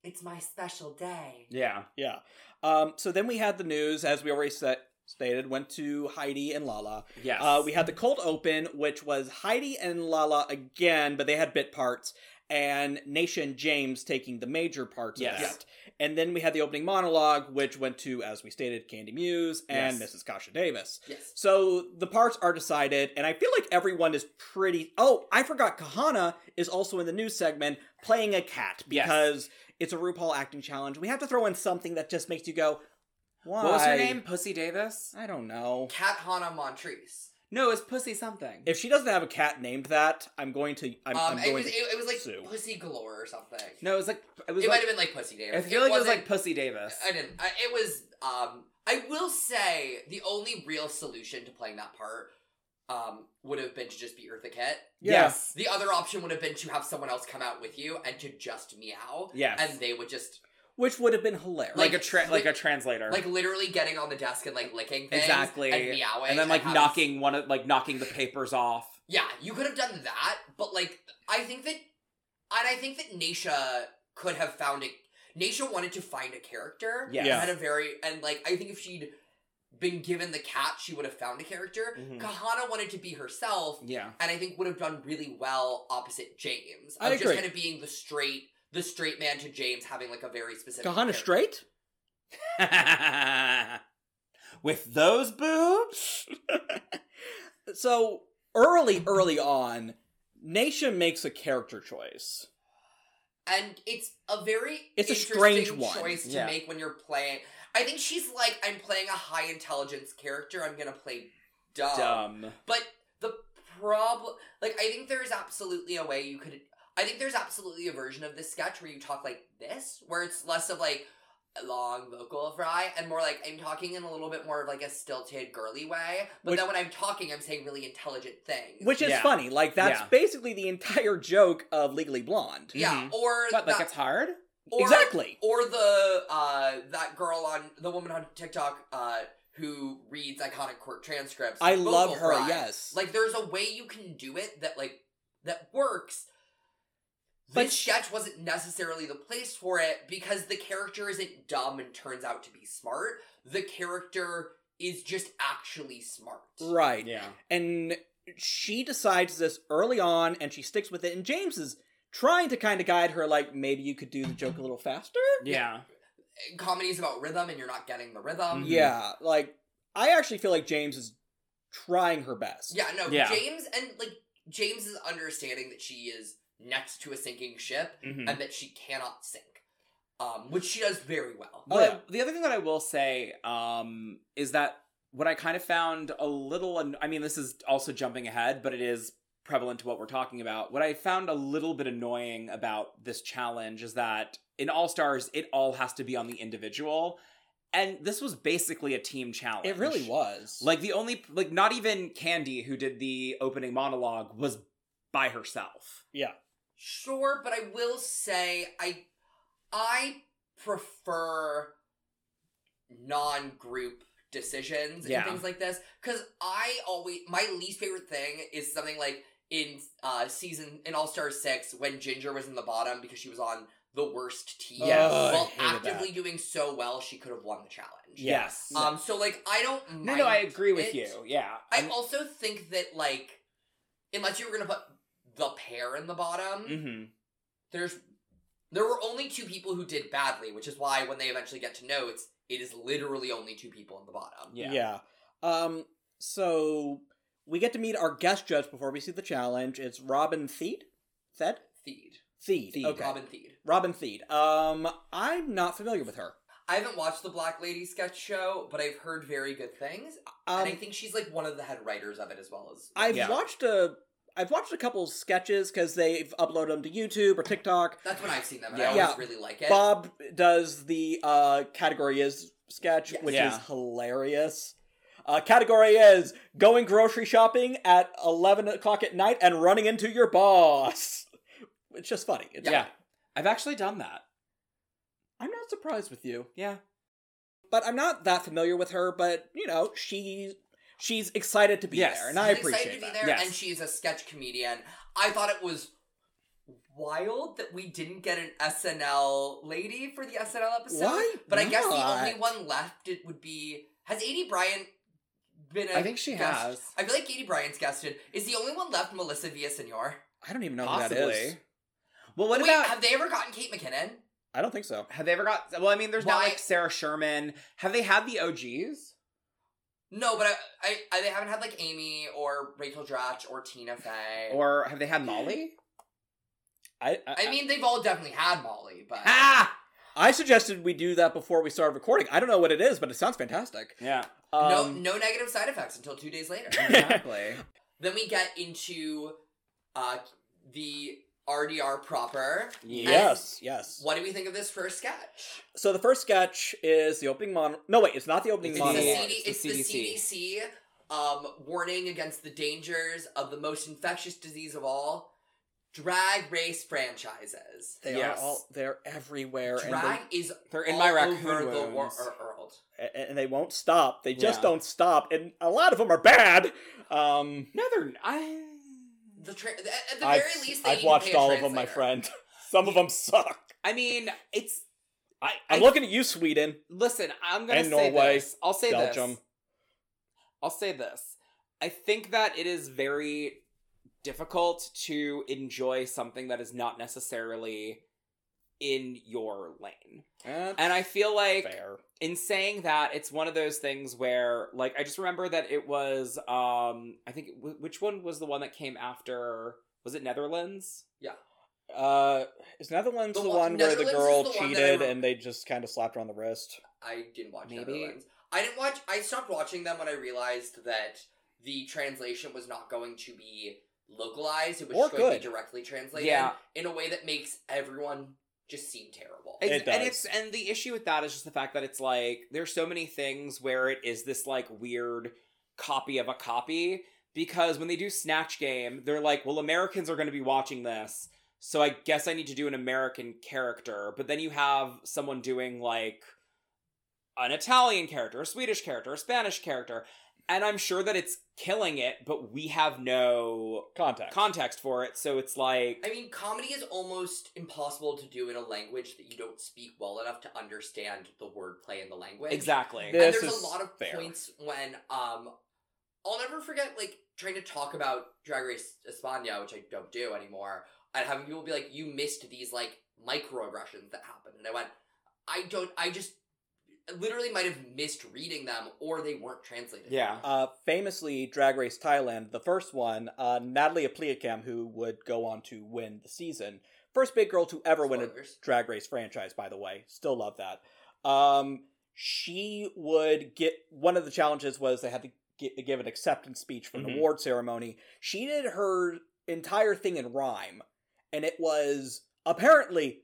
It's my special day. yeah. Yeah. Um, so then we had the news, as we already set, stated, went to Heidi and Lala. Yes. Uh, we had the cold open, which was Heidi and Lala again, but they had bit parts, and Naisha and James taking the major parts Yes. of that. And then we had the opening monologue, which went to, as we stated, Candy Muse and Yes. Mrs. Kasha Davis. Yes. So the parts are decided, and I feel like everyone is pretty. Oh, I forgot Kahana is also in the news segment playing a cat Yes. because it's a RuPaul acting challenge. We have to throw in something that just makes you go, why? what was her name? Pussy Davis? I don't know. Cat Hannah Montrese. No, it's Pussy something. If she doesn't have a cat named that, I'm going to. I'm, Um, I'm it going was it, to. it was like sue. Pussy Galore or something. no, it was like it was. it might like, have been like Pussy Day. I feel like it was like Pussy Davis. I didn't. I, it was. Um, I will say the only real solution to playing that part um, would have been to just be Eartha Kitt. Yes. The other option would have been to have someone else come out with you and to just meow, Yes. and they would just Which would have been hilarious. like, a like- tra- like a translator. like literally getting on the desk and like licking things Exactly. and meowing, and then like having- knocking one of like knocking the papers off. Yeah, you could have done that, but like I think that, and I think that Naisha could have found it. Naisha wanted to find a character. Yes. Yeah. had a very and like I think if she'd been given the cat, she would have found a character. Mm-hmm. Mhm. Kahana wanted to be herself, Yeah. and I think would have done really well opposite James. I of just agree. kind of being the straight the straight man to James having like a very specific Kahana character. straight? With those boobs? [LAUGHS] So early, early on, Nation makes a character choice. And it's a very It's a interesting strange one. choice to Yeah. make when you're playing. I think she's like, I'm playing a high intelligence character. I'm gonna play dumb. [LAUGHS] Dumb. But the problem. Like, I think there's absolutely a way you could. I think there's absolutely a version of this sketch where you talk like this, where it's less of like a long vocal fry and more like I'm talking in a little bit more of like a stilted, girly way. But Which- then when I'm talking, I'm saying really intelligent things. Which is Yeah. funny. Like that's Yeah. basicially the entire joke of Legally Blonde. yeah, or What, like that- it's hard? or, exactly. or the uh that girl on the woman on TikTok uh who reads iconic court transcripts. I vocal love her. fry. Yes. Like there's a way you can do it that like that works. But this sh- sketch wasn't necessarily the place for it because the character isn't dumb and turns out to be smart. The character is just actually smart. right. Yeah. And she decides this early on and she sticks with it. And James is trying to kind of guide her, like, maybe you could do the joke a little faster. Yeah. Comedy is about rhythm and you're not getting the rhythm. Mhm. Yeah. Like, I actually feel like James is trying her best. Yeah, no, Yeah. James and like James is understanding that she is next to a sinking ship Mhm. and that she cannot sink. Um, which she does very well. Oh, Well, the other thing that I will say um, is that what I kind of found a little, an- I mean, this is also jumping ahead, but it is prevalent to what we're talking about. What I found a little bit annoying about this challenge is that in All Stars, it all has to be on the individual. And this was basically a team challenge. It really was. Like the only, like not even Candy, who did the opening monologue, was by herself. Sure, but I will say I I prefer non-group decisions Yeah. and things like this because I always my least favorite thing is something like in uh season in All Star Six when Ginger was in the bottom because she was on the worst team Yes. Oh, I while hated that. actively doing so well she could have won the challenge. Yes. Um. So like I don't. No, no, I mind agree with it. you. Yeah. I also think that like, unless you were gonna put the pair in the bottom, hmm there's there were only two people who did badly, which is why when they eventually get to know, it's it is literally only two people in the bottom. Yeah. Yeah. Um, so we get to meet our guest judge before we see the challenge. It's Robin Theed. Thed? Feed. Theed. Theed. Okay. Robin Feed. Robin Theed. Um, I'm not familiar with her. I haven't watched the Black Lady sketch show, but I've heard very good things, and I Um, think she's like one of the head writers of it as well as. I've Yeah. watched a. I've watched a couple sketches because they've uploaded them to YouTube or TikTok. That's when I've seen them, and I Yeah. always really like it. Bob does the uh, category is sketch, Yes. which Yeah. is hilarious. Uh, category is going grocery shopping at eleven o'clock at night and running into your boss. [LAUGHS] It's just funny. It's yeah. I've actually done that. I'm not surprised with you. Yeah. But I'm not that familiar with her, but you know, she she's excited to be Yes. there, and I She's appreciate excited to that. be there, Yes. and she's a sketch comedian. I thought it was wild that we didn't get an SNL lady for the SNL episode. Why But I guess the not? only one left it would be has Adie Bryant been a I think she guest? has. I feel like Adie Bryant's guested. Is the only one left Melissa Villasenor? I don't even know Possibly. who that is. Well, what Wait, about have, have they ever gotten Kate McKinnon? I don't think so. they ever got? Well, I mean, there's now Why- like Sarah Sherman. Have they had the OGs? No, but I, I, I they haven't had like Amy or Rachel Dratch or Tina Fey. Or have they had [LAUGHS] Molly? I I, I mean, they've all definitely had Molly, but Ah, I suggested we do that before we started recording. I don't know what it is, but it sounds fantastic. yeah, no, Um, no negative side effects until two days later. [LAUGHS] [CLEARS THROAT] exactly. Then we get into uh, the RDR proper. Yes, yes. What do we think of this first sketch? So the first sketch is the opening mon. No, wait, it's not the opening It's It's, the the, monologue. CD, It's it's the the CDC um, warning against the dangers of the most infectious disease of all drag race franchises. They Yes. are all they're everywhere, and Drag is They're, in all my over raccoon the wor- wounds. er- world. they, a- and they won't stop. They just Yeah. don't stop, and a lot of them are bad. Um, No, they're I. The tra- at at the I've, very least, they I've need to watched pay a all of them, my translator. friend. [LAUGHS] Some of them suck. I mean, it's. I, I'm I- looking at you, Sweden. Listen, I'm gonna And say Norway, this. I'll say this. Belgium. I'll say this. I think that it is very difficult to enjoy something that is not necessarily in your lane. And I feel like fair. in saying that, it's one of those things where, like, I just remember that it was, um, I think, wh- which one was the one that came after? Was it Netherlands? Uh, is Netherlands The the, one- one where the Netherlands girl is the one that I cheated remember. and they just kind of slapped her on the wrist? I didn't watch Maybe. Netherlands. I didn't watch. I stopped watching them when I realized that the translation was not going to be localized. It was Or just going to be good. directly translated Yeah. in a way that makes everyone just seem terrible. It's- It And does. it's and the issue with that is just the fact that it's like there's so many things where it is this like weird copy of a copy because when they do Snatch Game, they're like, well, Americans are going to be watching this, so I guess I need to do an American character. But then you have someone doing like an Italian character, a Swedish character, a Spanish character, and I'm sure that it's killing it, but we have no Contact. context for it, so it's like I mean, comedy is almost impossible to do in a language that you don't speak well enough to understand the wordplay in the language. exactly. This and there's is a lot of fair. points when um I'll never forget like trying to talk about Drag Race España, which I don't do anymore, and having people be like, "You missed these like microaggressions that happened," and I went, "I don't. I just literally might have missed reading them, or they weren't translated." Yeah. Uh, famously, Drag Race Thailand, the first one, uh, Natalie Apliakam, who would go on to win the season. First big girl to ever win a Spoilers. Drag Race franchise, by the way. Still love that. Um, she would get one of the challenges was they had to get, give an acceptance speech from Mm-hmm. Mhm. an award ceremony. She did her entire thing in rhyme, and it was apparently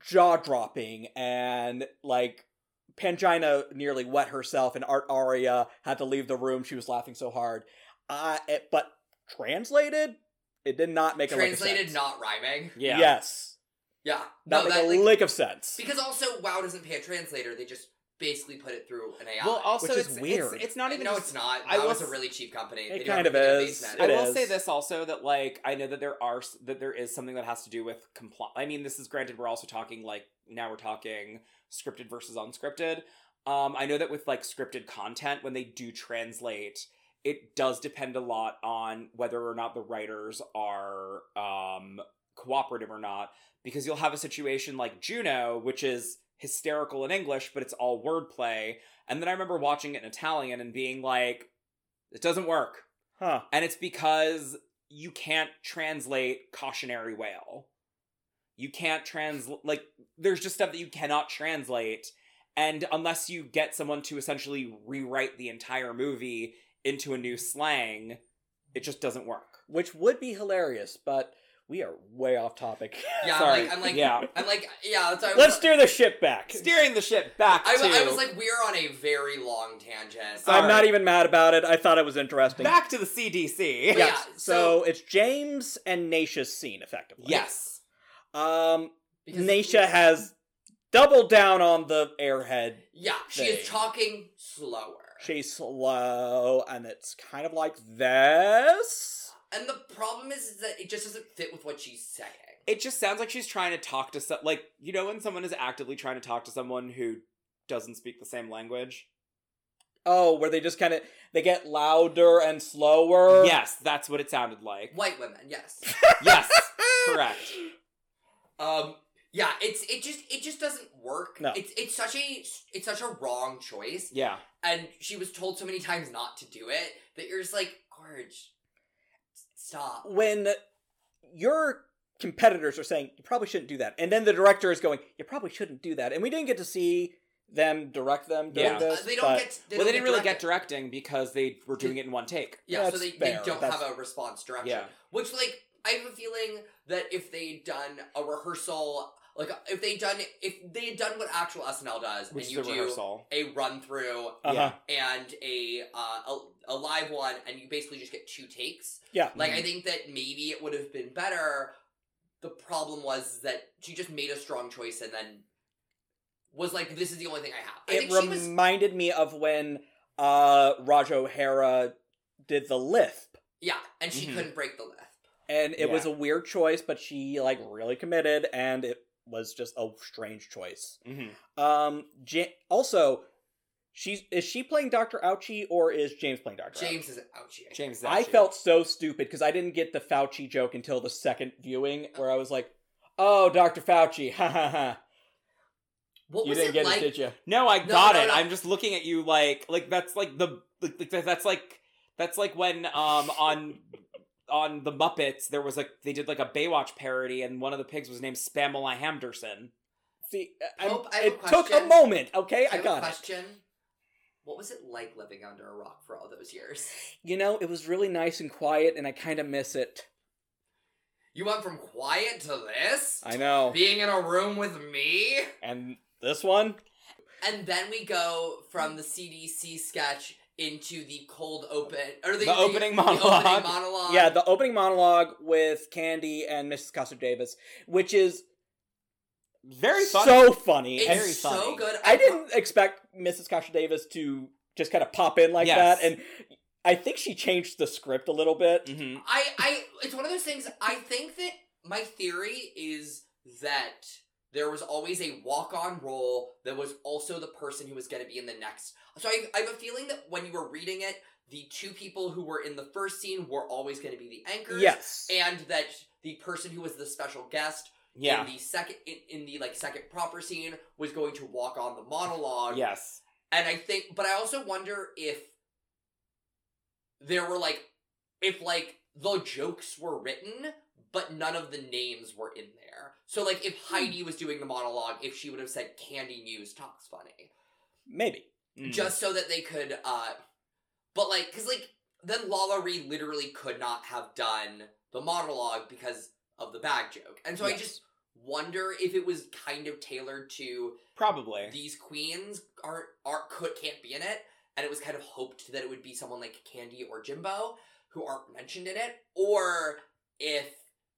jaw dropping and like Pangina nearly wet herself, and Art Aria had to leave the room. She was laughing so hard. Uh, it, but translated, it did not make a lick of translated, sense. not rhyming. Yeah. Yes. Yeah, Not no, make that a like lick of sense. because also WoW doesn't pay a translator; they just basically put it through an AI. Well, also Which is it's, weird. It's, it's not even no, just it's not. I WoW will is a s- really cheap company. It They don't kind of really get is. based on It I it. will is. say this also that like I know that there are s- that there is something that has to do with compli I mean, this is granted. We're also talking like now we're talking scripted versus unscripted. Um, I know that with like scripted content, when they do translate, it does depend a lot on whether or not the writers are um cooperative or not, because you'll have a situation like Juno, which is hysterical in English, but it's all wordplay. And then I remember watching it in Italian and being like, it doesn't work. Huh. And it's because you can't translate cautionary whale. You can't translate, like, there's just stuff that you cannot translate. And unless you get someone to essentially rewrite the entire movie into a new slang, it just doesn't work. Which would be hilarious, but we are way off topic. [LAUGHS] Yeah, I'm Sorry. like, I'm like, [LAUGHS] yeah. I'm like, yeah. That's why I [LAUGHS] was- Let's steer the ship back. Steering the ship back I, to. wa- I was like, we're on a very long tangent. Sorry. I'm not even mad about it. I thought it was interesting. back to the CDC. Yeah, yes. so, so- it's James and Naisha's scene, effectively. Yes. Um, Because- Naisha has doubled down on the airhead. Yeah, she thing. is talking slower. She's slow, and it's kind of like this. and the problem is, is that it just doesn't fit with what she's saying. It just sounds like she's trying to talk to some, like, you know, when someone is actively trying to talk to someone who doesn't speak the same language? Oh, where they just kind of they get louder and slower. Yes, that's what it sounded like. White women, yes. yes, Ah, correct. um, yeah, it's it just it just doesn't work. No. It's it's such a it's such a wrong choice, Yeah. and she was told so many times not to do it that you're just like, Gorge, s- stop. when your competitors are saying you probably shouldn't do that, and then the director is going, you probably shouldn't do that, and we didn't get to see them direct them doing Yeah. Uh, this. they don't but get. They don't well, they didn't really get directed. directing because they were doing it in one take. Yeah, so That's they, they fair, don't that's- have a response direction. Yeah. Which, like, I have a feeling that if they'd done a rehearsal, like, if they'd done, if they had done what actual SNL does, and Which is you a do rehearsal. a run through Uh-huh. Yeah. and a, uh, a a live one, and you basically just get two takes. Yeah. Like, I think that maybe it would have been better. The problem was that she just made a strong choice and then was like, "This is the only thing I have." I It think she was. reminded me of when uh, Raj O'Hara did the lisp, Yeah, and she Mm-hmm. Mhm. couldn't break the lift. and it was Yeah. a weird choice, but she like really committed, and it was just a strange choice. hmm Um, Ja- also, she's is she playing Doctor Ouchie or is James playing Doctor? James is ouchie. I James, I Zachi. felt so stupid because I didn't get the Fauci joke until the second viewing, where I was like, "Oh, Dr. Fauci, [LAUGHS] ha ha ha!" What You was didn't it get like? it, did you? No, I No, got no, it. no. I'm just looking at you like like that's like the like, like, that's like that's like when um on on the Muppets there was like they did like a Baywatch parody and one of the pigs was named Spamela Hamderson. See, I'm, Hope I have a it took a question. moment. Okay, [LAUGHS] I I, have a got it. question. What was it like living under a rock for all those years? You know, it was really nice and quiet, and I kind of miss it. You went from quiet to this? I know. Being in a room with me? And this one? And then we go from the CDC sketch into the cold open or the, The opening The monologue. opening monologue. Yeah, the opening monologue with Candy and Mrs. Coster Davis, which is Very funny. so funny. it's And very so funny. good. I didn't expect Mrs. Coster Davis to just kind of pop in like Yes. that, and I think she changed the script a little bit. Mhm. I, I it's one of those things I think that my theory is that there was always a walk-on role that was also the person who was going to be in the next. So I, I have a feeling that when you were reading it, the two people who were in the first scene were always going to be the anchors. Yes. And that the person who was the special guest Yeah. in the second in, in the like second proper scene was going to walk on the monologue. Yes. And I think, but I also wonder if there were like, if like the jokes were written, but none of the names were in there. So like, if Heidi was doing the monologue, if she would have said Candy News talks funny, Maybe. Mm. just so that they could, uh, but like, cause like then Lala Reed literally could not have done the monologue because of the bag joke, and so I Yes. just wonder if it was kind of tailored to probably. these queens aren't aren't could can't be in it, and it was kind of hoped that it would be someone like Candy or Jimbo who aren't mentioned in it, or if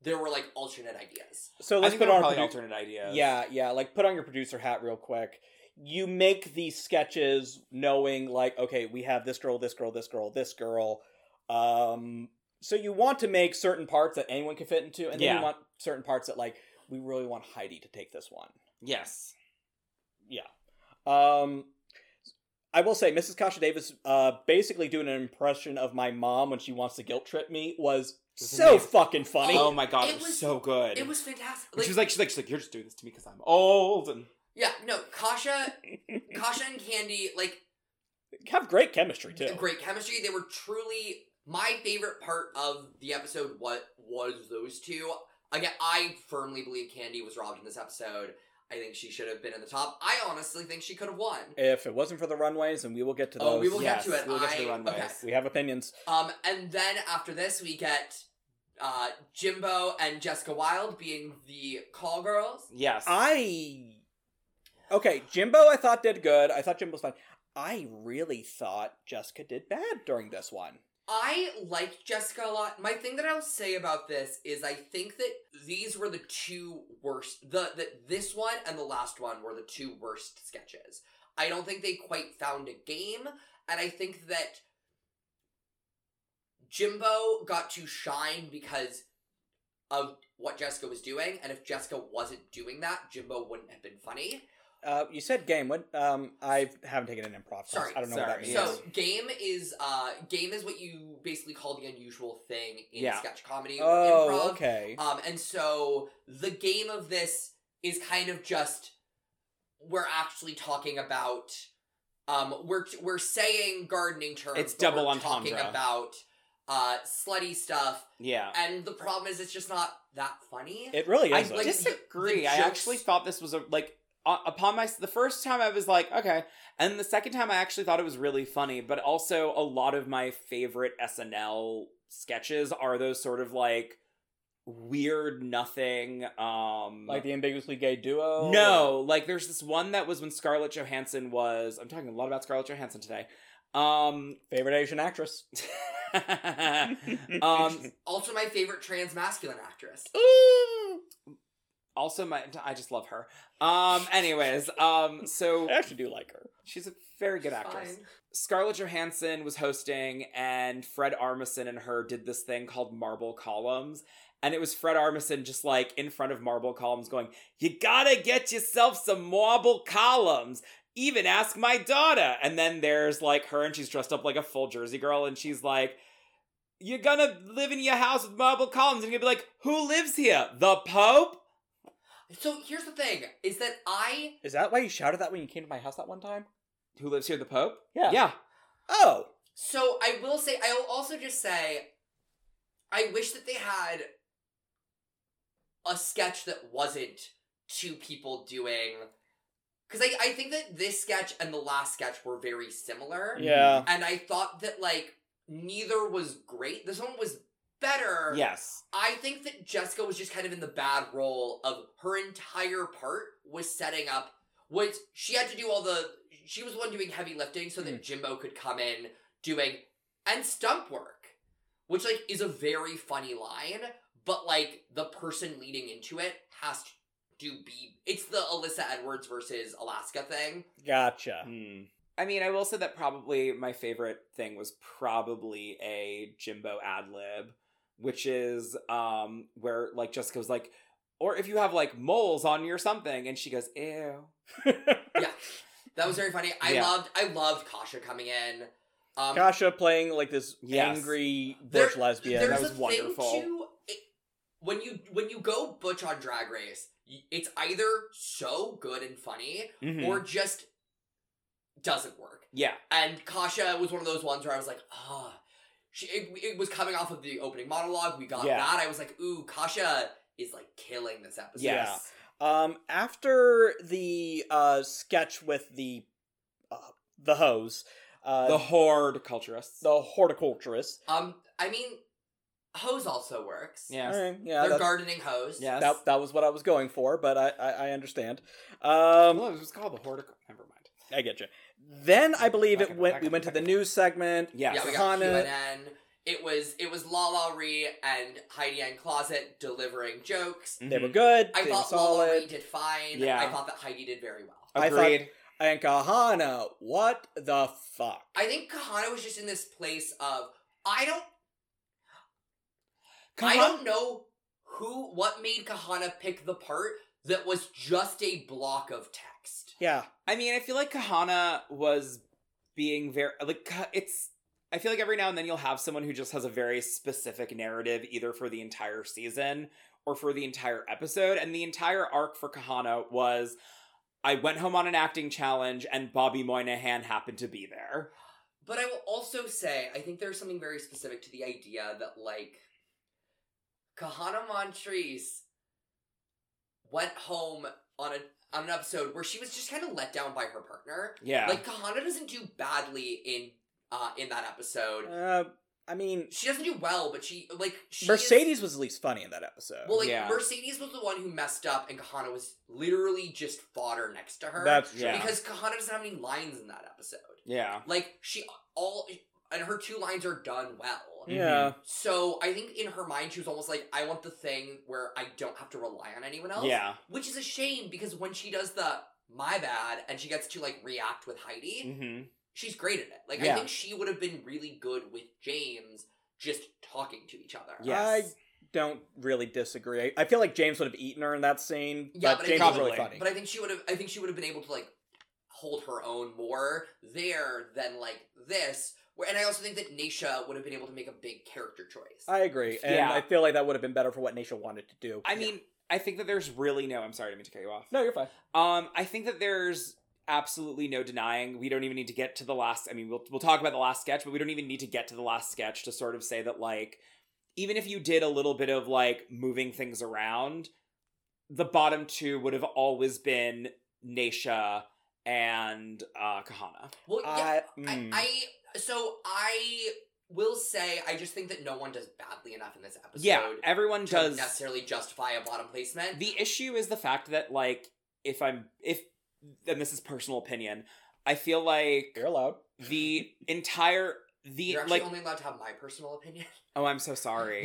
there were like alternate ideas. So I let's think put there were on probably produ- alternate ideas. Yeah, yeah. Like, put on your producer hat real quick. You make these sketches knowing, like, okay, we have this girl, this girl, this girl, this girl. Um, so you want to make certain parts that anyone can fit into, and then Yeah. you want certain parts that, like, we really want Heidi to take this one. Yes. Um, I will say, Mrs. Kasha Davis, uh, basically doing an impression of my mom when she wants to guilt trip me was This is so amazing. fucking funny. Oh my god, it it was, was- so good. It was fantastic. And she was like, she's like, she's like, you're just doing this to me because I'm old and yeah, no, [LAUGHS] Kasha, Kasha and Candy like Have great chemistry too. great chemistry. They were truly my favorite part of the episode. What was those two? Again, I firmly believe Candy was robbed in this episode. I think she should have been in the top. I honestly think she could have won. If it wasn't for the runways, and we will get to those. Oh, we will Yes, get to it. we'll get to the I- runways. okay. We have opinions. Um, and then after this, we get uh, Jimbo and Jessica Wilde being the call girls. yes. I okay, Jimbo. I thought did good. I thought Jimbo's fine. I really thought Jessica did bad during this one. I liked Jessica a lot. My thing that I'll say about this is I think that these were the two worst. The that this one and the last one were the two worst sketches. I don't think they quite found a game, and I think that Jimbo got to shine because of what Jessica was doing, and if Jessica wasn't doing that, Jimbo wouldn't have been funny. Uh, you said game. What? Um, I haven't taken an improv. Class. Sorry, I don't know what that sorry. means. So game is uh game is what you basically call the unusual thing in Yeah. sketch comedy or oh, improv. okay. Um and so the game of this is kind of just we're actually talking about um we're we're saying gardening terms It's but double we're talking entendre. about uh slutty stuff yeah. and the problem is it's just not that funny. It really I is. like- disagree. the I jokes- actually thought this was a like u- upon my the first time I was like okay, and the second time I actually thought it was really funny. But also a lot of my favorite SNL sketches are those sort of like weird nothing. Um, like the ambiguously gay duo. no, like there's this one that was when Scarlett Johansson was. I'm talking a lot about Scarlett Johansson today. Um, [LAUGHS] Favorite Asian actress. um, also my favorite trans masculine actress. also my I just love her. Um, anyways, um, so I actually do like her. she's a very good actress. Fine. Scarlett Johansson was hosting, and Fred Armisen and her did this thing called Marble Columns. And it was Fred Armisen just like in front of Marble Columns going, You gotta get yourself some marble columns. Even ask my daughter. And then there's like her, and she's dressed up like a full Jersey girl, and she's like, You're gonna live in your house with marble columns. And you're gonna be like, Who lives here? The Pope? So here's the thing is that I Is that why you shouted that when you came to my house that one time? Who lives here? The Pope? Yeah. Yeah. Oh, so I will say I'll also just say I wish that they had a sketch that wasn't two people doing because I, I think that this sketch and the last sketch were very similar. Mm. Yeah. And I thought that like neither was great. This one was better. Yes. I think that Jessica was just kind of in the bad role of her entire part was setting up was she had to do all the she was the one doing heavy lifting so that Jimbo could come in doing and stump work, which like is a very funny line, but like the person leading into it has to do be it's the Alyssa Edwards versus Alaska thing. Gotcha. I mean, I will say that probably my favorite thing was probably a Jimbo ad lib, which is um where like Jessica was like, or if you have like moles on your something, and she goes, ew. That was very funny. I Yeah. loved I loved Kasha coming in. Um Kasha playing like this Yes. angry There- butch lesbian. There's that was a wonderful. Thing too, it- when you when you go butch on Drag Race, y- it's either so good and funny Mhm. or just doesn't work. Yeah. And Kasha was one of those ones where I was like, ah, she it, it was coming off of the opening monologue. We got Yeah. that. I was like, ooh, Kasha is like killing this episode. Yes. Um, after the uh, sketch with the uh, the hose, uh, the the, horde culturists. horticulturist. Um, I mean, hose also works. yes. All right, yeah, They're that, gardening hose. Yes. that that was what I was going for, but I I, I understand. Um, Well, it was called the horde. Never mind. I get you. Then I believe Back it up, went. back We up, went to back the up. news segment. Yes. Yeah, we got Hannah- QNN. It was it was La La Ree and Heidi Ann Closet delivering jokes. They Mm-hmm. were good. I they thought were La La Ree solid. did fine. Mm, Yeah. I thought that Heidi did very well. I thought- Agreed. And Kahana, what the fuck? I think Kahana was just in this place of I don't I Kahan- don't know who what made Kahana pick the part that was just a block of text. Yeah, I mean, I feel like Kahana was being very like Ka- it's. I feel like every now and then you'll have someone who just has a very specific narrative, either for the entire season or for the entire episode. And the entire arc for Kahana was, I went home on an acting challenge, and Bobby Moynihan happened to be there. But I will also say, I think there's something very specific to the idea that, like, Kahana Montrese went home on a on an episode where she was just kind of let down by her partner. Yeah, Like, Kahana doesn't do badly in uh in that episode. uh, I mean, She doesn't do well, but she like she is- Mercedes was at least funny in that episode. well, like Yeah. Mercedes was the one who messed up, and Kahana was literally just fodder next to her. That's true. Yeah. because Kahana doesn't have any lines in that episode. yeah, Like she all and her two lines are done well. Yeah, So I think in her mind she was almost like, I want the thing where I don't have to rely on anyone else. yeah, Which is a shame because when she does the my bad and she gets to like react with Heidi, hmm she's great at it. Like I Yeah. think she would have been really good with James just talking to each other. yes. don't really disagree. I- I feel like James would have eaten her in that scene. Yeah, but, but I James think- was really Probably. funny. But I think she would have I think she would have been able to like hold her own more there than like this. Where and I also think that Nisha would have been able to make a big character choice. I agree, and Yeah. I feel like that would have been better for what Nisha wanted to do. I mean, I think that there's really no. I'm sorry, I didn't mean to cut you off. no, you're fine. Um, I think that there's absolutely no denying. We don't even need to get to the last. I mean, we'll we'll talk about the last sketch, but we don't even need to get to the last sketch to sort of say that like, even if you did a little bit of like moving things around, the bottom two would have always been Nasha and uh, Kahana. well, yeah, I, I, mm. I so I will say I just think that no one does badly enough in this episode. Yeah, everyone to does. necessarily justify a bottom placement. The issue is the fact that like, if I'm if, and this is personal opinion, I feel like you're allowed. the entire the You're actually like only allowed to have my personal opinion. Oh, I'm so sorry.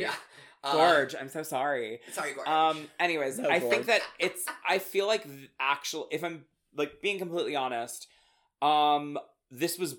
[LAUGHS] yeah, Uh, Gorge, I'm so sorry. Sorry, Gorge. Um anyways, No, I Gorge. think that it's I feel like th- actual if I'm like being completely honest, um this was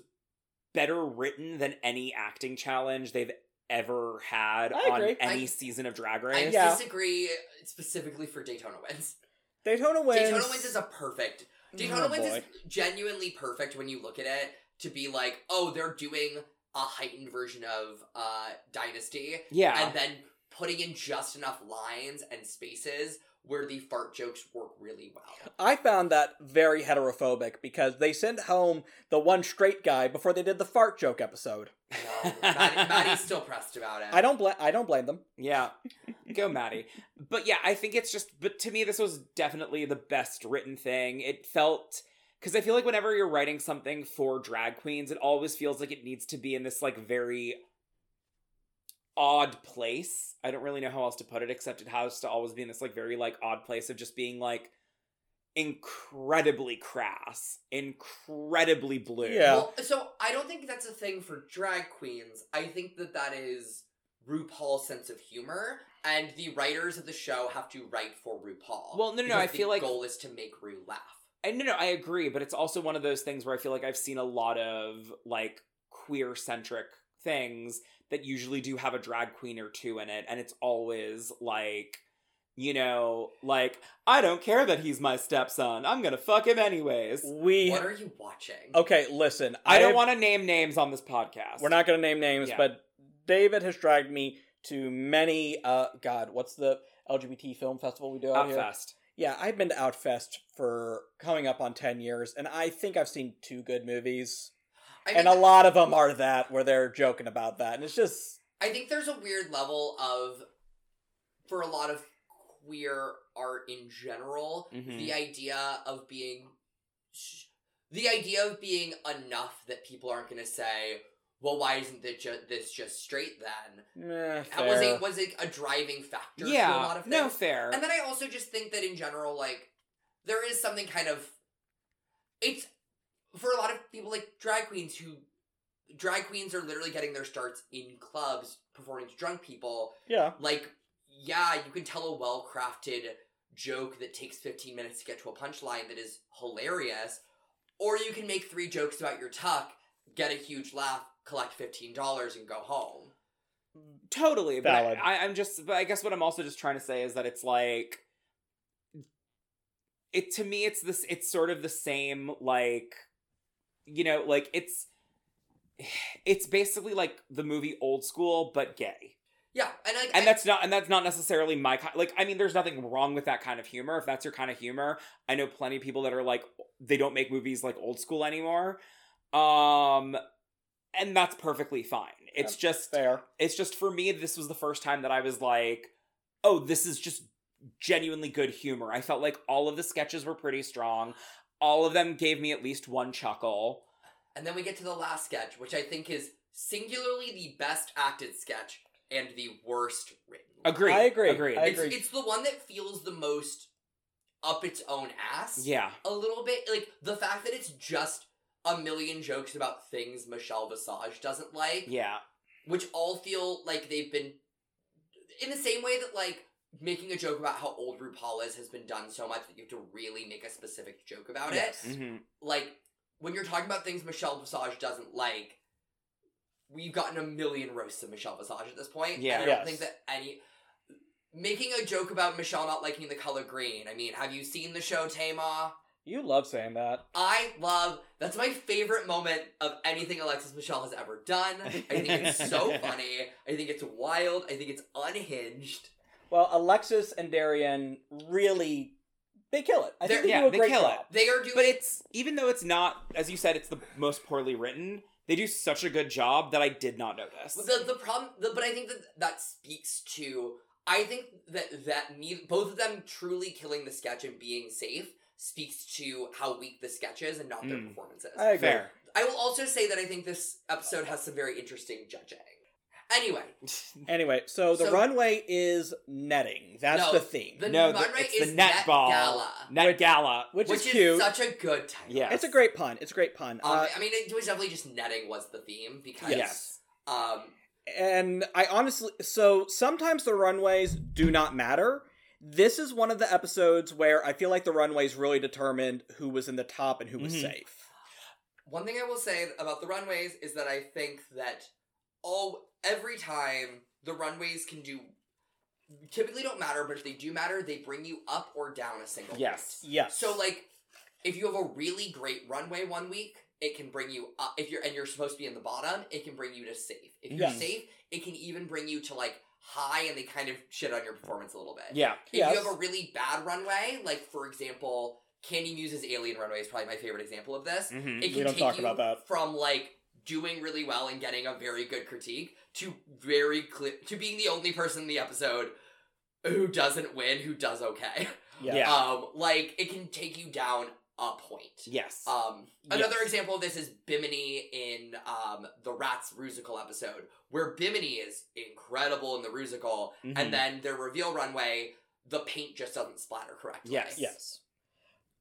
better written than any acting challenge they've ever had I on agree. any I- season of Drag I Race. Yeah. disagree specifically for Daytona wins. Daytona wins. Daytona wins is a perfect. Daytona Oh, wins is boy. genuinely perfect when you look at it to be like, oh, they're doing a heightened version of uh, Dynasty. yeah. and then putting in just enough lines and spaces where the fart jokes work really well. I found that very heterophobic because they sent home the one straight guy before they did the fart joke episode. [LAUGHS] No, Maddie, Maddie's still pressed about it. I don't blame. I don't blame them. Yeah. Go Maddie. But yeah, I think it's just but to me this was definitely the best written thing. It felt because I feel like whenever you're writing something for drag queens, it always feels like it needs to be in this like very odd place. I don't really know how else to put it, except it has to always be in this like very like odd place of just being like incredibly crass, incredibly blue. Yeah. Well, so I don't think that's a thing for drag queens. I think that that is RuPaul's sense of humor, and the writers of the show have to write for RuPaul. Well, no, no, no, Because I the feel like- goal is to make Ru laugh. And no, no, I agree, but it's also one of those things where I feel like I've seen a lot of like queer centric things that usually do have a drag queen or two in it, and it's always like, you know, like, I don't care that he's my stepson. I'm gonna fuck him anyways. We What are you watching? Oh, okay. Listen, I don't I've- want to name names on this podcast. We're not going to name names, Yeah. but David has dragged me to many. Uh, God, what's the LGBT film festival we do out here? Outfest. Yeah, I've been to Outfest for coming up on ten years, and I think I've seen two good movies, I and a lot of them are that where they're joking about that, and it's just I think there's a weird level of, for a lot of queer art in general, Mm-hmm. Mhm. the idea of being, the idea of being enough that people aren't going to say, "Well, why isn't this just, this just straight then?" eh, That was fair. it was it a driving factor? to a lot Yeah, of no things? fair. And then I also just think that in general, like, there is something kind of. It's for a lot of people, like drag queens, who. Drag queens are literally getting their starts in clubs performing to drunk people. yeah. Like, yeah, you can tell a well crafted joke that takes 15 minutes to get to a punchline that is hilarious, or you can make three jokes about your tuck, get a huge laugh, collect $15, and go home. totally but Valid. I, I, i'm just but i guess what i'm also just trying to say is that it's like it to me it's this it's sort of the same like you know like it's it's basically like the movie old school but gay Yeah, and like, and I- that's not and that's not necessarily my kind like i mean there's nothing wrong with that kind of humor if that's your kind of humor i know plenty of people that are like they don't make movies like old school anymore um and that's perfectly fine it's just Fair. it's just for me this was the first time that i was like oh this is just genuinely good humor i felt like all of the sketches were pretty strong all of them gave me at least one chuckle And then we get to the last sketch, which I think is singularly the best acted sketch and the worst written. one. agree I agree. agree I It's, agree. it's the one that feels the most up its own ass. yeah A little bit. Like, the fact that it's just a million jokes about things Michelle Visage doesn't like, yeah which all feel like they've been. In the same way that, like, making a joke about how old RuPaul is has been done so much that you have to really make a specific joke about Yes. it Mhm. like when you're talking about things Michelle Visage doesn't like, we've gotten a million roasts of Michelle Visage at this point. Yeah. and I don't Yes. think that any making a joke about Michelle not liking the color green. I mean, have you seen the show Tama? You love saying that. I love that's my favorite moment of anything Alexis Michelle has ever done. I think it's so [LAUGHS] funny. I think it's wild. I think it's unhinged. Well, Alexis and Darian really they kill it. I They're- think they yeah, do a they great kill job. They are doing but it's even though it's not as you said it's the most poorly written they do such a good job that i did not notice Well, The, the problem, the, but I think that that speaks to. I think that that neither, both of them truly killing the sketch and being safe speaks to how weak the sketch is and not their Mm. performances. I agree. fair I will also say that I think this episode has some very interesting judging. Anyway, Anyway, so the So- runway is netting. That's No, the theme. the no run the, rate it's is the net, Net ball Gala. net gala which, which is cute. such a good title. Yeah. It's a great pun. It's a great pun. Um, Uh, I mean, it was definitely just netting was the theme because. yes Um, and I honestly, so sometimes the runways do not matter. This is one of the episodes where I feel like the runways really determined who was in the top and who was Mm-hmm. Mhm. safe. One thing I will say about the runways is that I think that all every time the runways can do typically don't matter, but if they do matter, they bring you up or down a single. yes point. Yes. So like, if you have a really great runway one week, it can bring you up. If you're and you're supposed to be in the bottom, it can bring you to safe. If you're Yes. safe, it can even bring you to like high, and they kind of shit on your performance a little bit. yeah If Yes. you have a really bad runway, like for example, Candy Muse's Alien Runway is probably my favorite example of this Mhm. it We can don't take talk you about that. from like doing really well and getting a very good critique to very clear to being the only person in the episode who doesn't win who does okay Yes. Yeah. um like it can take you down a point. Yes. Uh, Um, another Yes. example of this is Bimini in um, the Rats Rusical episode, where Bimini is incredible in the Rusical, Mhm. Mm-hmm. and then their reveal runway, the paint just doesn't splatter correctly. Yes. Yes.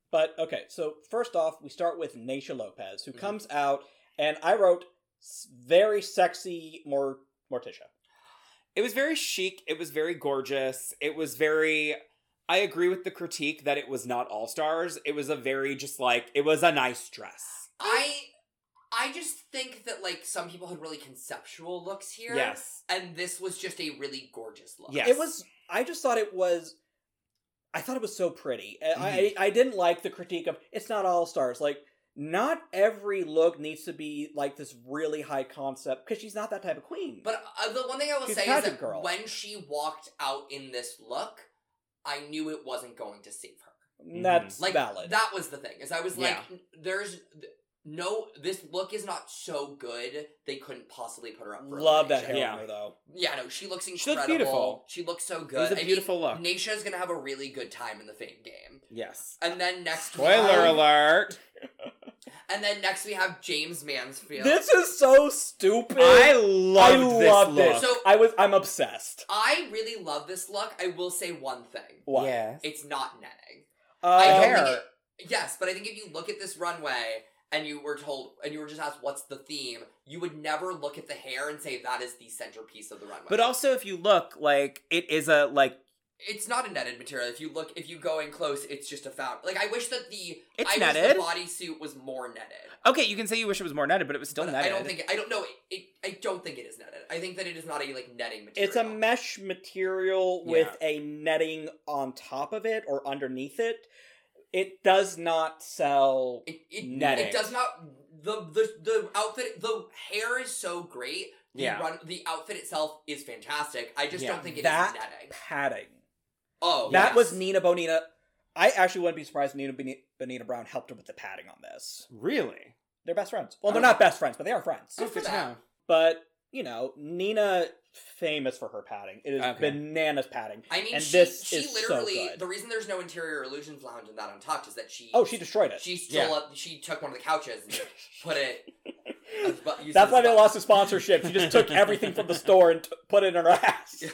But okay, so first off, we start with Naisha Lopez, who Mhm. comes out, and I wrote s- very sexy Mor- Morticia. It was very chic. It was very gorgeous. It was very. I agree with the critique that it was not all stars. It was a very just like it was a nice dress. I I just think that like some people had really conceptual looks here. Yes. And this was just a really gorgeous look. Yes. It was. I just thought it was. I thought it was so pretty. I- Mm-hmm. I I didn't like the critique of it's not all stars. Like not every look needs to be like this really high concept because she's not that type of queen. But uh, the one thing I will She's say is pageant that girl. when she walked out in this look, I knew it wasn't going to save her. Mm-hmm. that's Like valid. that was the thing. Is I was like, Yeah. "N- there's th- no this look is not so good they couldn't possibly put her up for Love that hair elimination. Yeah. on her, though. Yeah, no, she looks incredible. beautiful. She looks so It good. was I a mean, beautiful look. Naisha's gonna have a really good time in the fame game. Yes. And then next Spoiler we have, alert. And then next we have James Mansfield. This is so stupid. I loved this love look. this. So- I was. I'm obsessed. I really love this look. I will say one thing. What? Yes. It's not netting. Uh, I don't hair. think it- yes, but I think if you look at this runway and you were told and you were just asked what's the theme, you would never look at the hair and say that is the centerpiece of the runway. But also, if you look, like it is a like it's not a netted material. If you look, if you go in close, it's just a fountain. Like I wish that the it's I wish netted. the bodysuit was more netted. okay, you can say you wish it was more netted, but it was still But netted. I don't think I don't know. It, it, I don't think it is netted. I think that it is not a like netting material. It's a mesh material with a netting on top of it or underneath it. It does not sell. it, it, netting. It does not. The, the the outfit the hair is so great. The Yeah. run, the outfit itself is fantastic. I just Yeah. don't think it is That- netting. Padding. Oh, That yes. was Nina Bonita. I actually wouldn't be surprised if Nina Boni- Bonita Brown helped her with the padding on this. really. They're best friends. Well, they're Oh. not best friends, but they are friends. Good for that. But, you know, Nina, famous for her padding. It is Okay. bananas padding. I mean, And she, this she is so literally good. the reason there's no interior illusions lounge in that untucked is that she Oh, she destroyed it. she stole up she took one of the couches and [LAUGHS] put it. but used That's as why a they button. lost the sponsorship. She just took everything from the store and t- put it in her ass.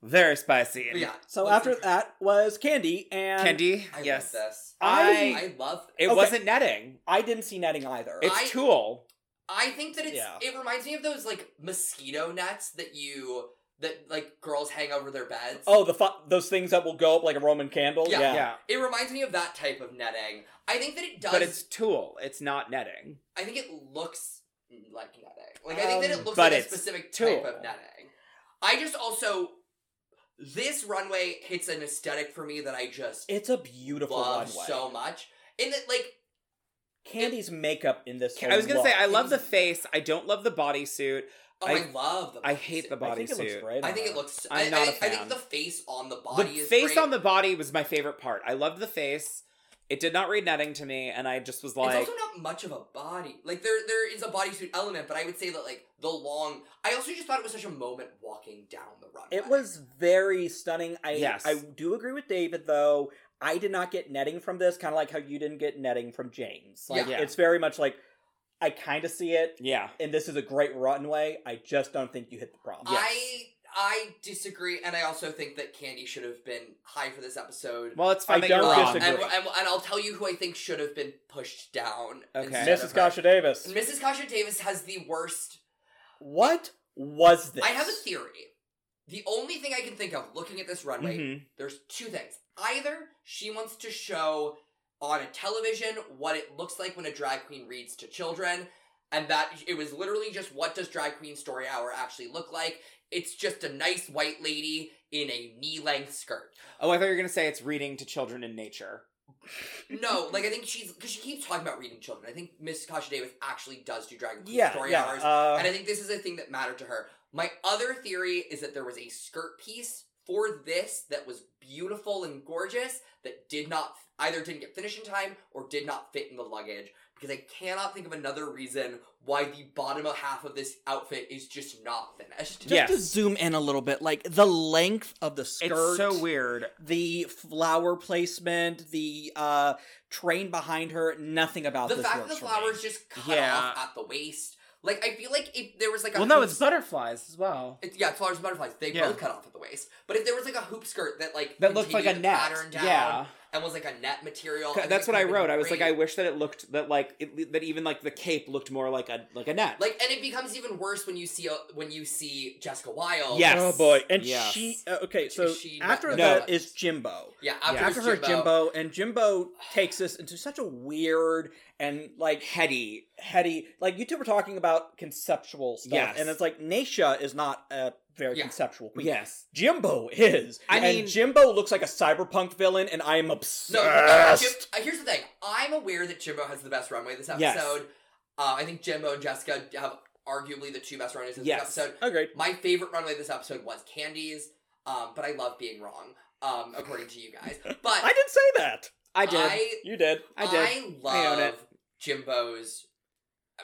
Very spicy. But yeah. So let's after inter- that was Candy and Candy. I yes. love this. I- I. I love. It Okay. wasn't netting. I didn't see netting either. It's I- tulle. I think that it's. Yeah. It reminds me of those like mosquito nets that you that like girls hang over their beds. oh, the fu- those things that will go up like a Roman candle. Yeah. Yeah, yeah. It reminds me of that type of netting. I think that it does. But it's tulle. It's not netting. I think it looks like netting. Like I think that Um, it looks like but a it's specific tulle. type of netting. I just also this runway hits an aesthetic for me that I just it's a beautiful love runway. so much. In that, like Candy's makeup in this. I was gonna say I alone. love the face. I don't love the bodysuit. oh, I, I- love the. I hate the bodysuit. I think it looks bodysuit. great. I on think her. it looks. I'm I, not I- a I fan. think the face on the The body. is face great. on the body was my favorite part. I loved the face. It did not read netting to me, and I just was like, it's also not much of a body. Like there, there is a bodysuit element, but I would say that like the long. I also just thought it was such a moment walking down the runway. It was very stunning. I Yes. I do agree with David though. I did not get netting from this, kind of like how you didn't get netting from James. Like Yeah. it's very much like I kind of see it, yeah, and this is a great runway. I just don't think you hit the problem. I I disagree, and I also think that Candy should have been high for this episode. well, it's fine I that you're don't wrong. and, disagree. and, and I'll tell you who I think should have been pushed down. Okay. instead of Mrs. her. Kasha Davis. Mrs. Kasha Davis has the worst. What was this? I have a theory. The only thing I can think of looking at this runway Mhm. There's two things. Either she wants to show on a television what it looks like when a drag queen reads to children, and that it was literally just what does drag queen story hour actually look like? It's just a nice white lady in a knee length skirt. Oh, I thought you were gonna say it's reading to children in nature. [LAUGHS] No, like I think she's because she keeps talking about reading children. I think Miss Kasha Davis actually does do drag queen yeah, story yeah. hours, uh, and I think this is a thing that mattered to her. My other theory is that there was a skirt piece for this that was beautiful and gorgeous that did not either didn't get finished in time or did not fit in the luggage because I cannot think of another reason why the bottom half of this outfit is just not finished. Just to zoom in a little bit, like the length of the skirt, It's so weird. the flower placement, the uh train behind her, nothing about the this fact that works for the me. flowers just cut Yeah. off at the waist. Like I feel like if there was like a Well, no, hoop it's butterflies as well. It's, yeah, it's flowers and butterflies. They Yeah. both cut off at the waist. But if there was like a hoop skirt that like That looked like continued a the net. pattern down Yeah. and was like a net material, I C- think That's it what I could've been wrote. I was like, I great. wish that it looked that like it, that even like the cape looked more like a like a net. like, and it becomes even worse when you see a, when you see Jessica Wilde. Yes. Oh boy, and Yes. she uh, okay. So she not- after no. that is Jimbo. yeah. After, after her, her, Jimbo, Jimbo, and Jimbo takes us into such a weird and like heady. heady. Like you two were talking about conceptual stuff, Yes. and it's like Naisha is not a very Yeah. conceptual queen. Yes. Jimbo is. I and mean- Jimbo looks like a cyberpunk villain, and I am No, uh, obsessed. Jim, uh, here's the thing. I'm aware that Jimbo has the best runway this episode. Yes. Uh, I think Jimbo and Jessica have arguably the two best runways in Yes. this episode. Agreed. My favorite runway this episode was Candy's, um, but I love being wrong, um, according to you [LAUGHS] guys. But I didn't say that. I did. I, I You did. did. love I own it. Jimbo's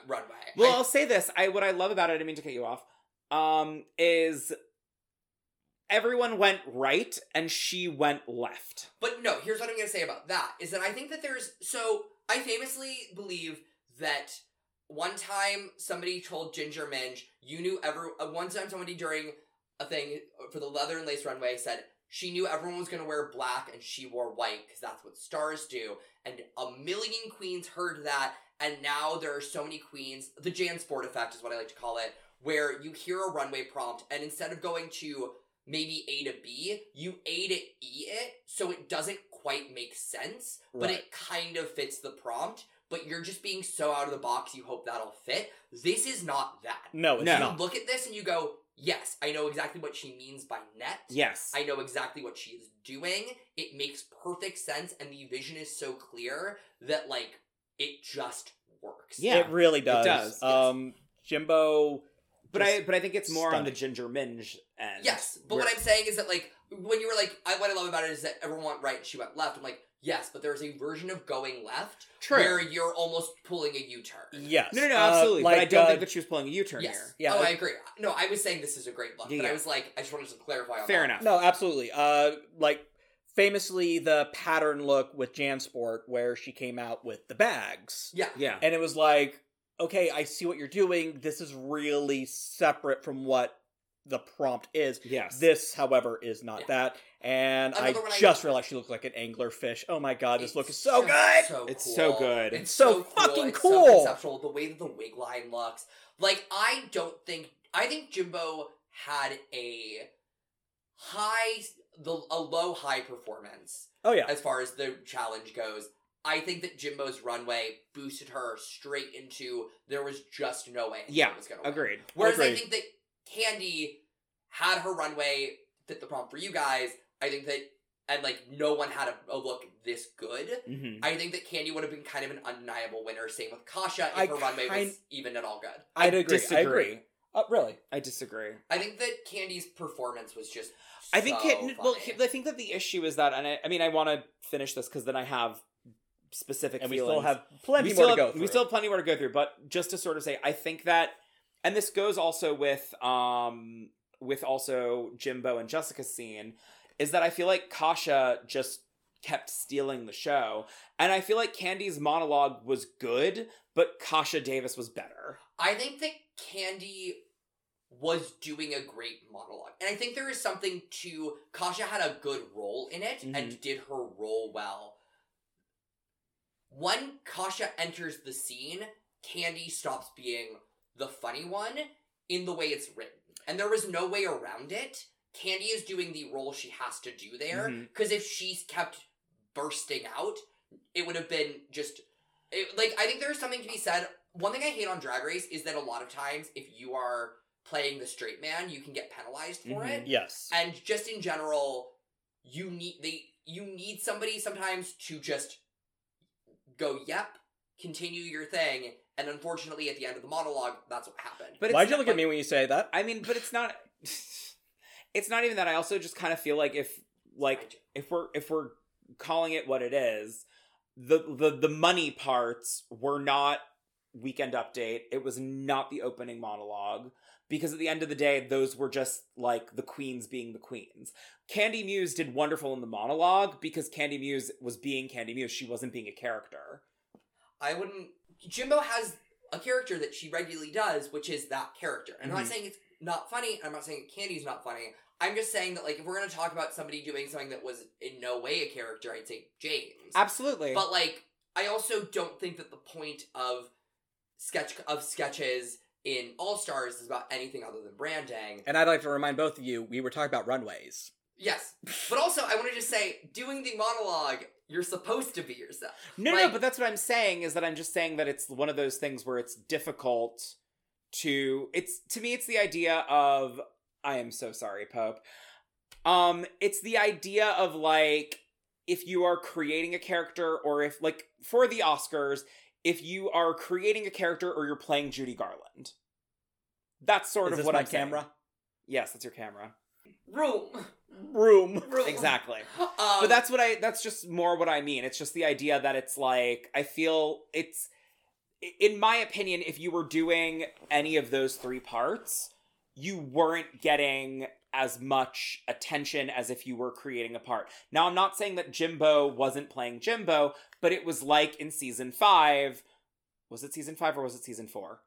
runway. well, I- I'll say this. I what I love about it. I didn't mean to cut you off. Um, is everyone went right and she went left. but no, here's what I'm going to say about that is that I think that there's so I famously believe that one time somebody told Ginger Minge, you knew every uh, one time somebody during a thing for the leather and lace runway said she knew everyone was going to wear black and she wore white because that's what stars do and a million queens heard that and now there are so many queens the jansport effect is what i like to call it where you hear a runway prompt and instead of going to maybe a to b you a to e it so it doesn't quite make sense but Right. it kind of fits the prompt but you're just being so out of the box you hope that'll fit this is not that No, it's No. not. you look at this and you go, yes, I know exactly what she means by net. Yes. I know exactly what she is doing. It makes perfect sense, and the vision is so clear that, like, it just works. Yeah. It really does. does, yes. Um, Jimbo. but I but I think it's more on the stunning. ginger minge end. Yes, but where- what I'm saying is that, like, when you were like, I, what I love about it is that everyone went right and she went left. I'm like, yes, but there's a version of going left true. where you're almost pulling a U turn. Yes. no, no, no, Uh, absolutely. like, but I don't uh, think that she was pulling a U-turn Yes. Yeah, oh, it- I agree. No, I was saying this is a great look, Yeah, but I yeah. was like, I just wanted to clarify here. on Fair that. enough. No, absolutely. Uh, like famously, the pattern look with JanSport, where she came out with the bags, Yeah. Yeah. and it was like, okay, I see what you're doing. This is really separate from what the prompt is. Yes. This, however, is not Yeah. that. And Another one I I- just realized she looked like an anglerfish. Oh my god, this It's look is so just good. so It's so cool. good. It's so fucking It's cool. So conceptual. The way that the wig line looks. Like I don't think I think Jimbo had a high the a low high performance Oh yeah, as far as the challenge goes. I think that Jimbo's runway boosted her straight into there was just no way Yeah, it was gonna work. Agreed. Whereas I Agreed. think that Candy had her runway fit the prompt for you guys. I think that and like no one had a, a look this good. Mm-hmm. I think that Candy would have been kind of an undeniable winner. Same with Kasha if I her runway kind- was even at all good. I'd agree. Disagree. I agree. Uh, really? I disagree. I think that Candy's performance was just. I think so it, well, funny. I think that the issue is that, and I, I mean, I want to finish this because then I have specific. And we feelings. still have plenty we more still to go. have, Through. We still have plenty more to go through, but just to sort of say, I think that, and this goes also with um with also Jimbo and Jessica's scene, is that I feel like Kasha just kept stealing the show, and I feel like Candy's monologue was good, but Kasha Davis was better. I think that Candy was doing a great monologue. And I think there is something to Kasha had a good role in it and did her role well. When Kasha enters the scene, Candy stops being the funny one in the way it's written. And there was no way around it. Candy is doing the role she has to do there Mhm. because if she's kept bursting out, it would have been just it, like I think there's something to be said. One thing I hate on Drag Race is that a lot of times if you are playing the straight man, you can get penalized for Mhm. it. Yes. And just in general, you need they you need somebody sometimes to just go, "Yep, continue your thing." And unfortunately, at the end of the monologue, that's what happened. But it's Why'd you not look like- at me when you say that? I mean, but it's not. [LAUGHS] It's not even that. I also just kind of feel like if like if we're if we're calling it what it is, the the the money parts were not weekend update. It was not the opening monologue because at the end of the day, those were just like the queens being the queens. Candy Muse did wonderful in the monologue because Candy Muse was being Candy Muse. She wasn't being a character. I wouldn't. Jimbo has a character that she regularly does, which is that character. And I'm Mhm. not saying it's not funny. I'm not saying Candy's not funny. I'm just saying that like if we're gonna talk about somebody doing something that was in no way a character, I'd say James. Absolutely. But like, I also don't think that the point of sketch of sketches in All Stars is about anything other than branding. And I'd like to remind both of you, we were talking about runways. Yes, but also I want to just say, doing the monologue, you're supposed to be yourself. No, no, no, Like- but that's what I'm saying is that I'm just saying that it's one of those things where it's difficult to it's to me it's the idea of I am so sorry, Pope. Um it's the idea of like if you are creating a character or if like for the Oscars, if you are creating a character or you're playing Judy Garland. That's sort Is of this what my I'm saying. camera? Yes, that's your camera. Room, Room. room. Exactly. Um, but that's what I that's just more what I mean. It's just the idea that it's like I feel it's in my opinion if you were doing any of those three parts, you weren't getting as much attention as if you were creating a part. Now I'm not saying that Jimbo wasn't playing Jimbo, but it was like in season 5, was it season 5 or was it season 4?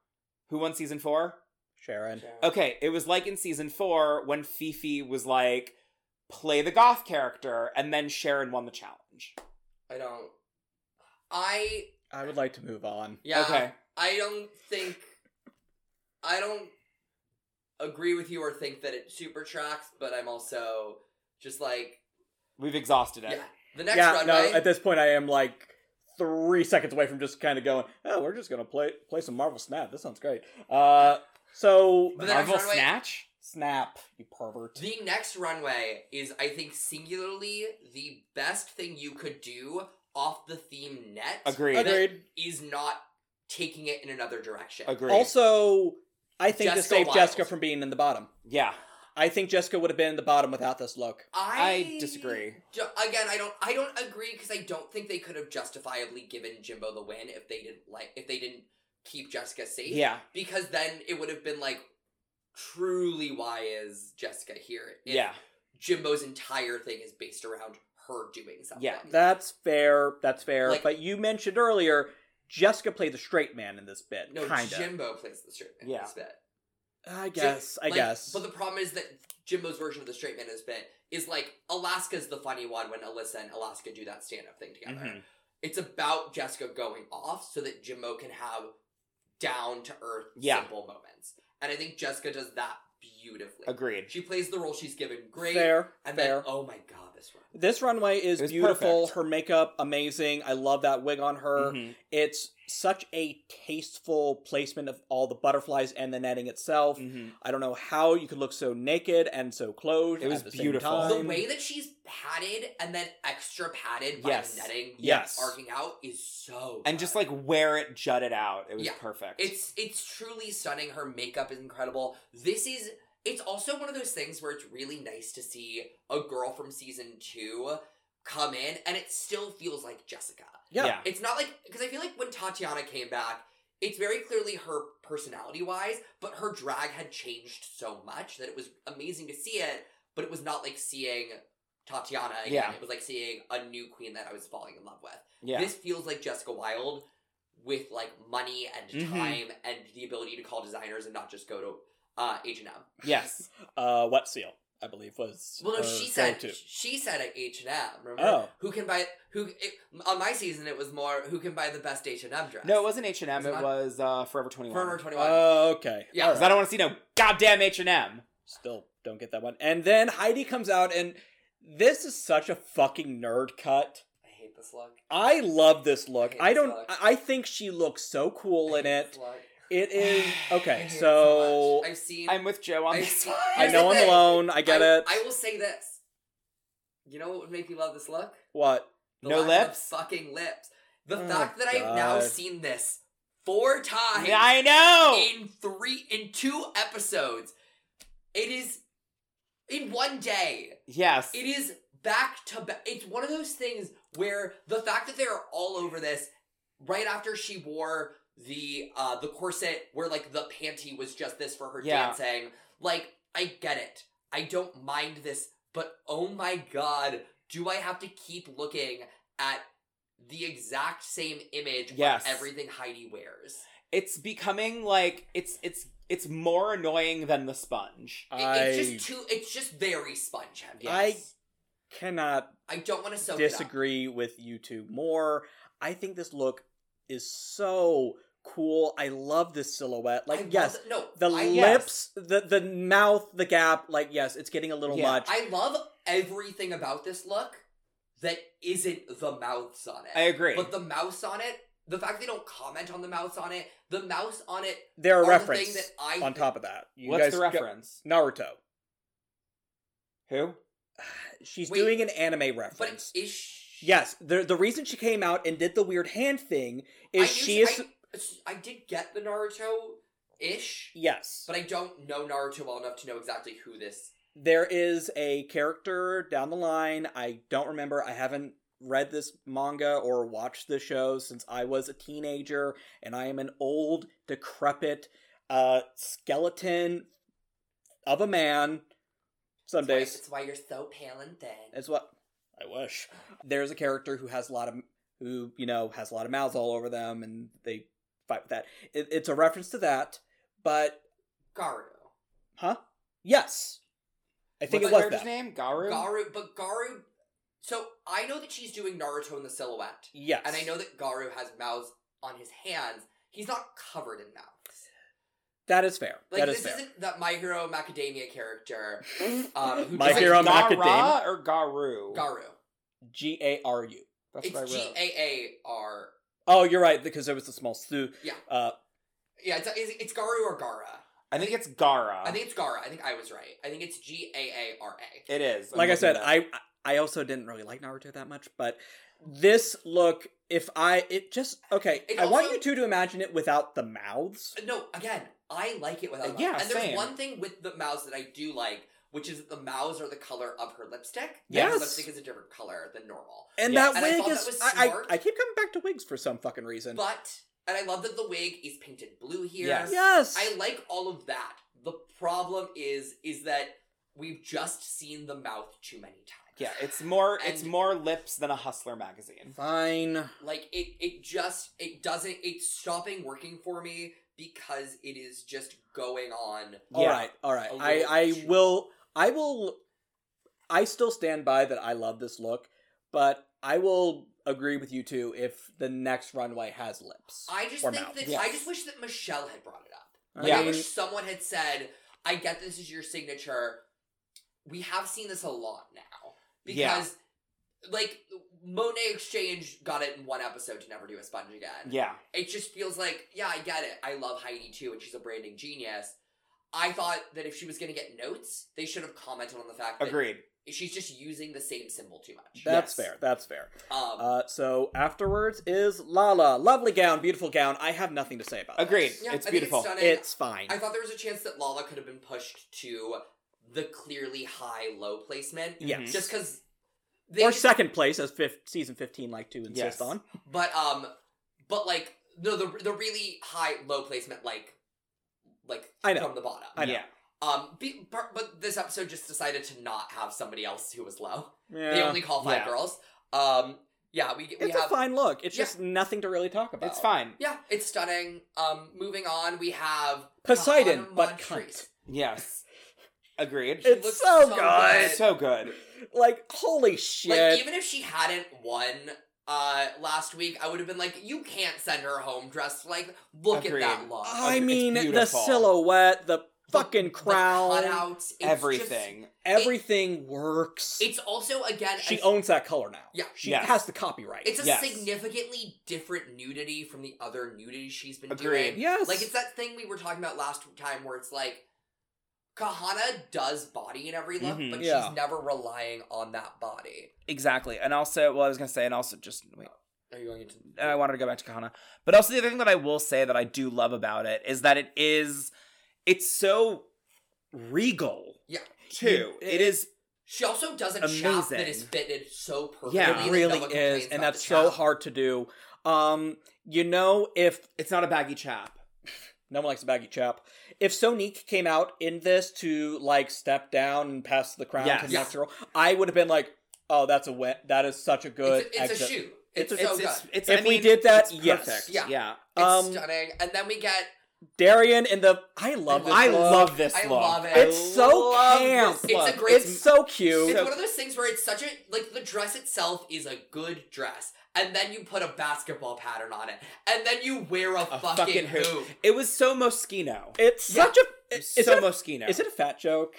Who won season 4? Sharon. Okay, it was like in season four when Fifi was like, play the goth character, and then Sharon won the challenge. I don't. I I would like to move on. yeah. Okay. I don't think. I don't agree with you or think that it super tracks, but I'm also just like We've exhausted it. yeah. The next yeah, runway. no, at this point I am like three seconds away from just kind of going, oh, we're just going to play play some Marvel Snap. This sounds great. Uh, so, But then I- Marvel Runway- Snatch? Snap, you pervert. the next runway is, I think, singularly the best thing you could do off the theme net. Agreed. that Agreed. Is not taking it in another direction. Agreed. Also, I think this Jessica saved Wild. Jessica from being in the bottom. yeah. I think Jessica would have been in the bottom without this look. I I disagree. Ju- Again, I don't. I don't agree because I don't think they could have justifiably given Jimbo the win if they didn't like if they didn't keep Jessica safe. Yeah. Because then it would have been like, truly, why is Jessica here? If Yeah. Jimbo's entire thing is based around her doing something. Yeah, That's fair. That's fair. Like- but you mentioned earlier, Jessica played the straight man in this bit. no, kind of. Jimbo plays the straight man. in Yeah. this bit. I Jim- guess. I Like, guess. But the problem is that Jimbo's version of the straight man in this bit is like Alaska's the funny one when Alyssa and Alaska do that stand up thing together. Mhm. it's about Jessica going off so that Jimbo can have down to earth Yeah. simple moments. And I think Jessica does that beautifully. Agreed. She plays the role she's given great. fair. and fair. then oh my god, this one. this runway is It was beautiful. perfect. Her makeup amazing. I love that wig on her. Mm-hmm. Mhm. It's such a tasteful placement of all the butterflies and the netting Mm. itself. Mhm. I don't know how you could look so naked and so clothed. It was at the beautiful. Same time. the way that she's padded and then extra padded by Yes. the netting Yes. arcing out is so And good. just like where it jutted out, it was Yeah. perfect. It's it's truly stunning. Her makeup is incredible. This is it's also one of those things where it's really nice to see a girl from season two come in and it still feels like Jessica. yeah. yeah. It's not like because I feel like when Tatiana came back, it's very clearly her personality wise, but her drag had changed so much that it was amazing to see it, but it was not like seeing Tatiana again. Yeah. It was like seeing a new queen that I was falling in love with. Yeah. This feels like Jessica Wilde with like money and Mhm. time and the ability to call designers and not just go to uh H&M. yes. Uh, wet seal, I believe was. Well, no, Uh, her she said go-to. she said at H&M, remember? Oh. Who can buy who it, on my season it was more who can buy the best H&M dress. No, it wasn't H&M. It, It's not- was uh, Forever 21. Forever 21. Oh, okay. Yeah. All 'Cause I don't want to see no goddamn H&M. Still don't get that one. And then Heidi comes out, and this is such a fucking nerd cut. I hate this look. I love this look. I hate I, don't. this look. I I think she looks so cool I in hate it. this look. It is [SIGHS] I okay. hate it So much. I've seen I'm with Joe on I've this seen- one. I Here's know the I'm thing. alone. I get I- it. I will say this. You know what would make me love this look? what? The No lack of lips? fucking lips. The Oh, fact that I've now God. seen this four times I know. in three in two episodes. It is in one day. Yes. It is back to back. It's one of those things where the fact that they are all over this right after she wore the uh the corset where like the panty was just this for her Yeah. dancing. Like I get it. I don't mind this, but oh my god, do I have to keep looking at the exact same image Yes. of everything Heidi wears? It's becoming like it's it's it's more annoying than the sponge. It- I it's just too. It's just very sponge heavy. I- cannot I don't want to soak It disagree with you two more. I think this look is so cool. I love this silhouette. up. I Like, love yes, it. no, the I, lips, the the mouth, the gap. Like, yes, it's getting a little Yeah, much. I love everything about this look that isn't the mouths on it. I agree. But the mouse on it, the fact they don't comment on the mouse on it, the mouse on it They're are a the reference thing that I on think- top of that. You What's guys the go- reference? Naruto. Who? She's Wait. doing an anime But reference. is she, yes, the the reason she came out and did the weird hand thing is I knew she is I, I did get the Naruto ish, yes. but I don't know Naruto well enough to know exactly who this. there is a character down the line i don't remember i haven't read this manga or watched the show since i was a teenager and i am an old decrepit uh skeleton of a man some It's why, days it's why you're so pale and thin. it's what i wish there's a character who has a lot of who you know has a lot of mouths all over them and they fight with that it, it's a reference to that but Garu. yes i think What's it was character's that name? Garu. Garu, but Garu. So I know that she's doing Naruto in the silhouette, yes and I know that Garu has mouths on his hands. He's not covered in mouths. that is fair Like that this is fair isn't that My Hero Macadamia character. [LAUGHS] Um, who My just- Hero Garu. Mac- Gara or Garu? Garu. G A R U. That's what I It's G wrote. A A R. Oh, you're right because there was the small stew. Yeah. Uh, Yeah, it's, it's, it's Garu or Gara. I think it's Gara. I think it's Gara. I think I was right. I think it's G A A R A. it is. I'm like I looking said, it up. I I also didn't really like Naruto that much, but this look, if I it just okay, It I want also- you two to imagine it without the mouths. No, again, I like it without. Uh, Yeah, mouths. and there's same. one thing with the mouths that I do like, which is that the mouths are the color of her lipstick. Yes. her lipstick is a different color than normal. And Yes. that And I wig thought is that was I, smart. I I keep coming back to wigs for some fucking reason. But and I love that the wig is painted blue here. Yes. yes, I like all of that. The problem is, is that we've just seen the mouth too many times. yeah, it's more it's And- more lips than a Hustler magazine. fine. like it it just it doesn't it's stopping working for me because it is just going on All Yeah. right, all right. I A little I too- will I will I still stand by that I love this look, but I will agree with you two if the next runway has lips. i just Or think mouth. that Yes. i just wish that michelle had brought it up I like, i Yeah. wish someone had said i get this is your signature we have seen this a lot now Yeah. because like monet exchange got it in one episode to never do a sponge again Yeah. it just feels like yeah i get it i love heidi too and she's a branding genius i thought that if she was going to get notes they should have commented on the fact that Agreed. she's just using the same symbol too much. That's Yes. fair. That's fair. Um, Uh, so afterwards is Lala. Lovely gown, beautiful gown. I have nothing to say about. Agreed. this. yeah, it's I think beautiful. stunning. It's fine. I thought there was a chance that Lala could have been pushed to the clearly high low placement. Yes. Just because they. Mm-hmm. Or just- second place, as fifth, season fifteen like to insist Yes. on. but um, but like no, the the really high low placement like like I know. from the bottom. I know. Yeah. Um, be, par- but this episode just decided to not have somebody else who was low. Yeah. They only call five Yeah. girls. Um, yeah, we we it's have a fine look. It's Yeah. just nothing to really talk about. It's fine. yeah, it's stunning. Um, moving on, we have Poseidon, Kahana but Montrese. cunt. Yes. Agreed. She It's looks so good. so good. Like holy shit. Like even if she hadn't won uh last week, I would have been like, you can't send her home dressed like. Look Agreed. at that look. Oh, I it's mean the beautiful. silhouette, the The- fucking the crown, cutouts, it's just- Everything. everything works. it's also again. she a, owns that color now. Yeah. She Yes. has the copyright. It's a Yes. significantly different nudity from the other nudity she's been Agreed. doing. yes. Like it's that thing we were talking about last time where it's like Kahana does body in every look, Mhm. but Mm-hmm, Yeah. she's never relying on that body. Exactly. And also, well, I was gonna say, and also, just wait. Are you going into I wanted to go back to Kahana, but also the other thing that I will say that I do love about it is that it is, it's so regal. Yeah. Too. You- it is She also does a chop that Amazing. is fitted so perfectly. Yeah, that it no really one complains is, about and that's the so chop. hard to do. Um, you know, if It's not a baggy chap. no one likes a baggy chap, if Sonique came out in this to like step down and pass the crown Yes. to the Yes. next girl, I would have been like, "Oh, that's a wet. That is such a good It's, a- it's a exit." shoe. It's, It's so good. it's, it's, If I we mean, did that, it's yes. perfect. Yeah. yeah. It's Um, stunning. And then we get Darian and the I love this. I look. love this I look. love it. I It's so love camp. this It's a look. great- It's so cute. It's one of those things where it's such a like the dress itself is a good dress, and then you put a basketball pattern on it, and then you wear a, A fucking, fucking hoop. hoop. It was so Moschino. It's Yeah. such a. Is, so it a, Moschino. is it a fat joke?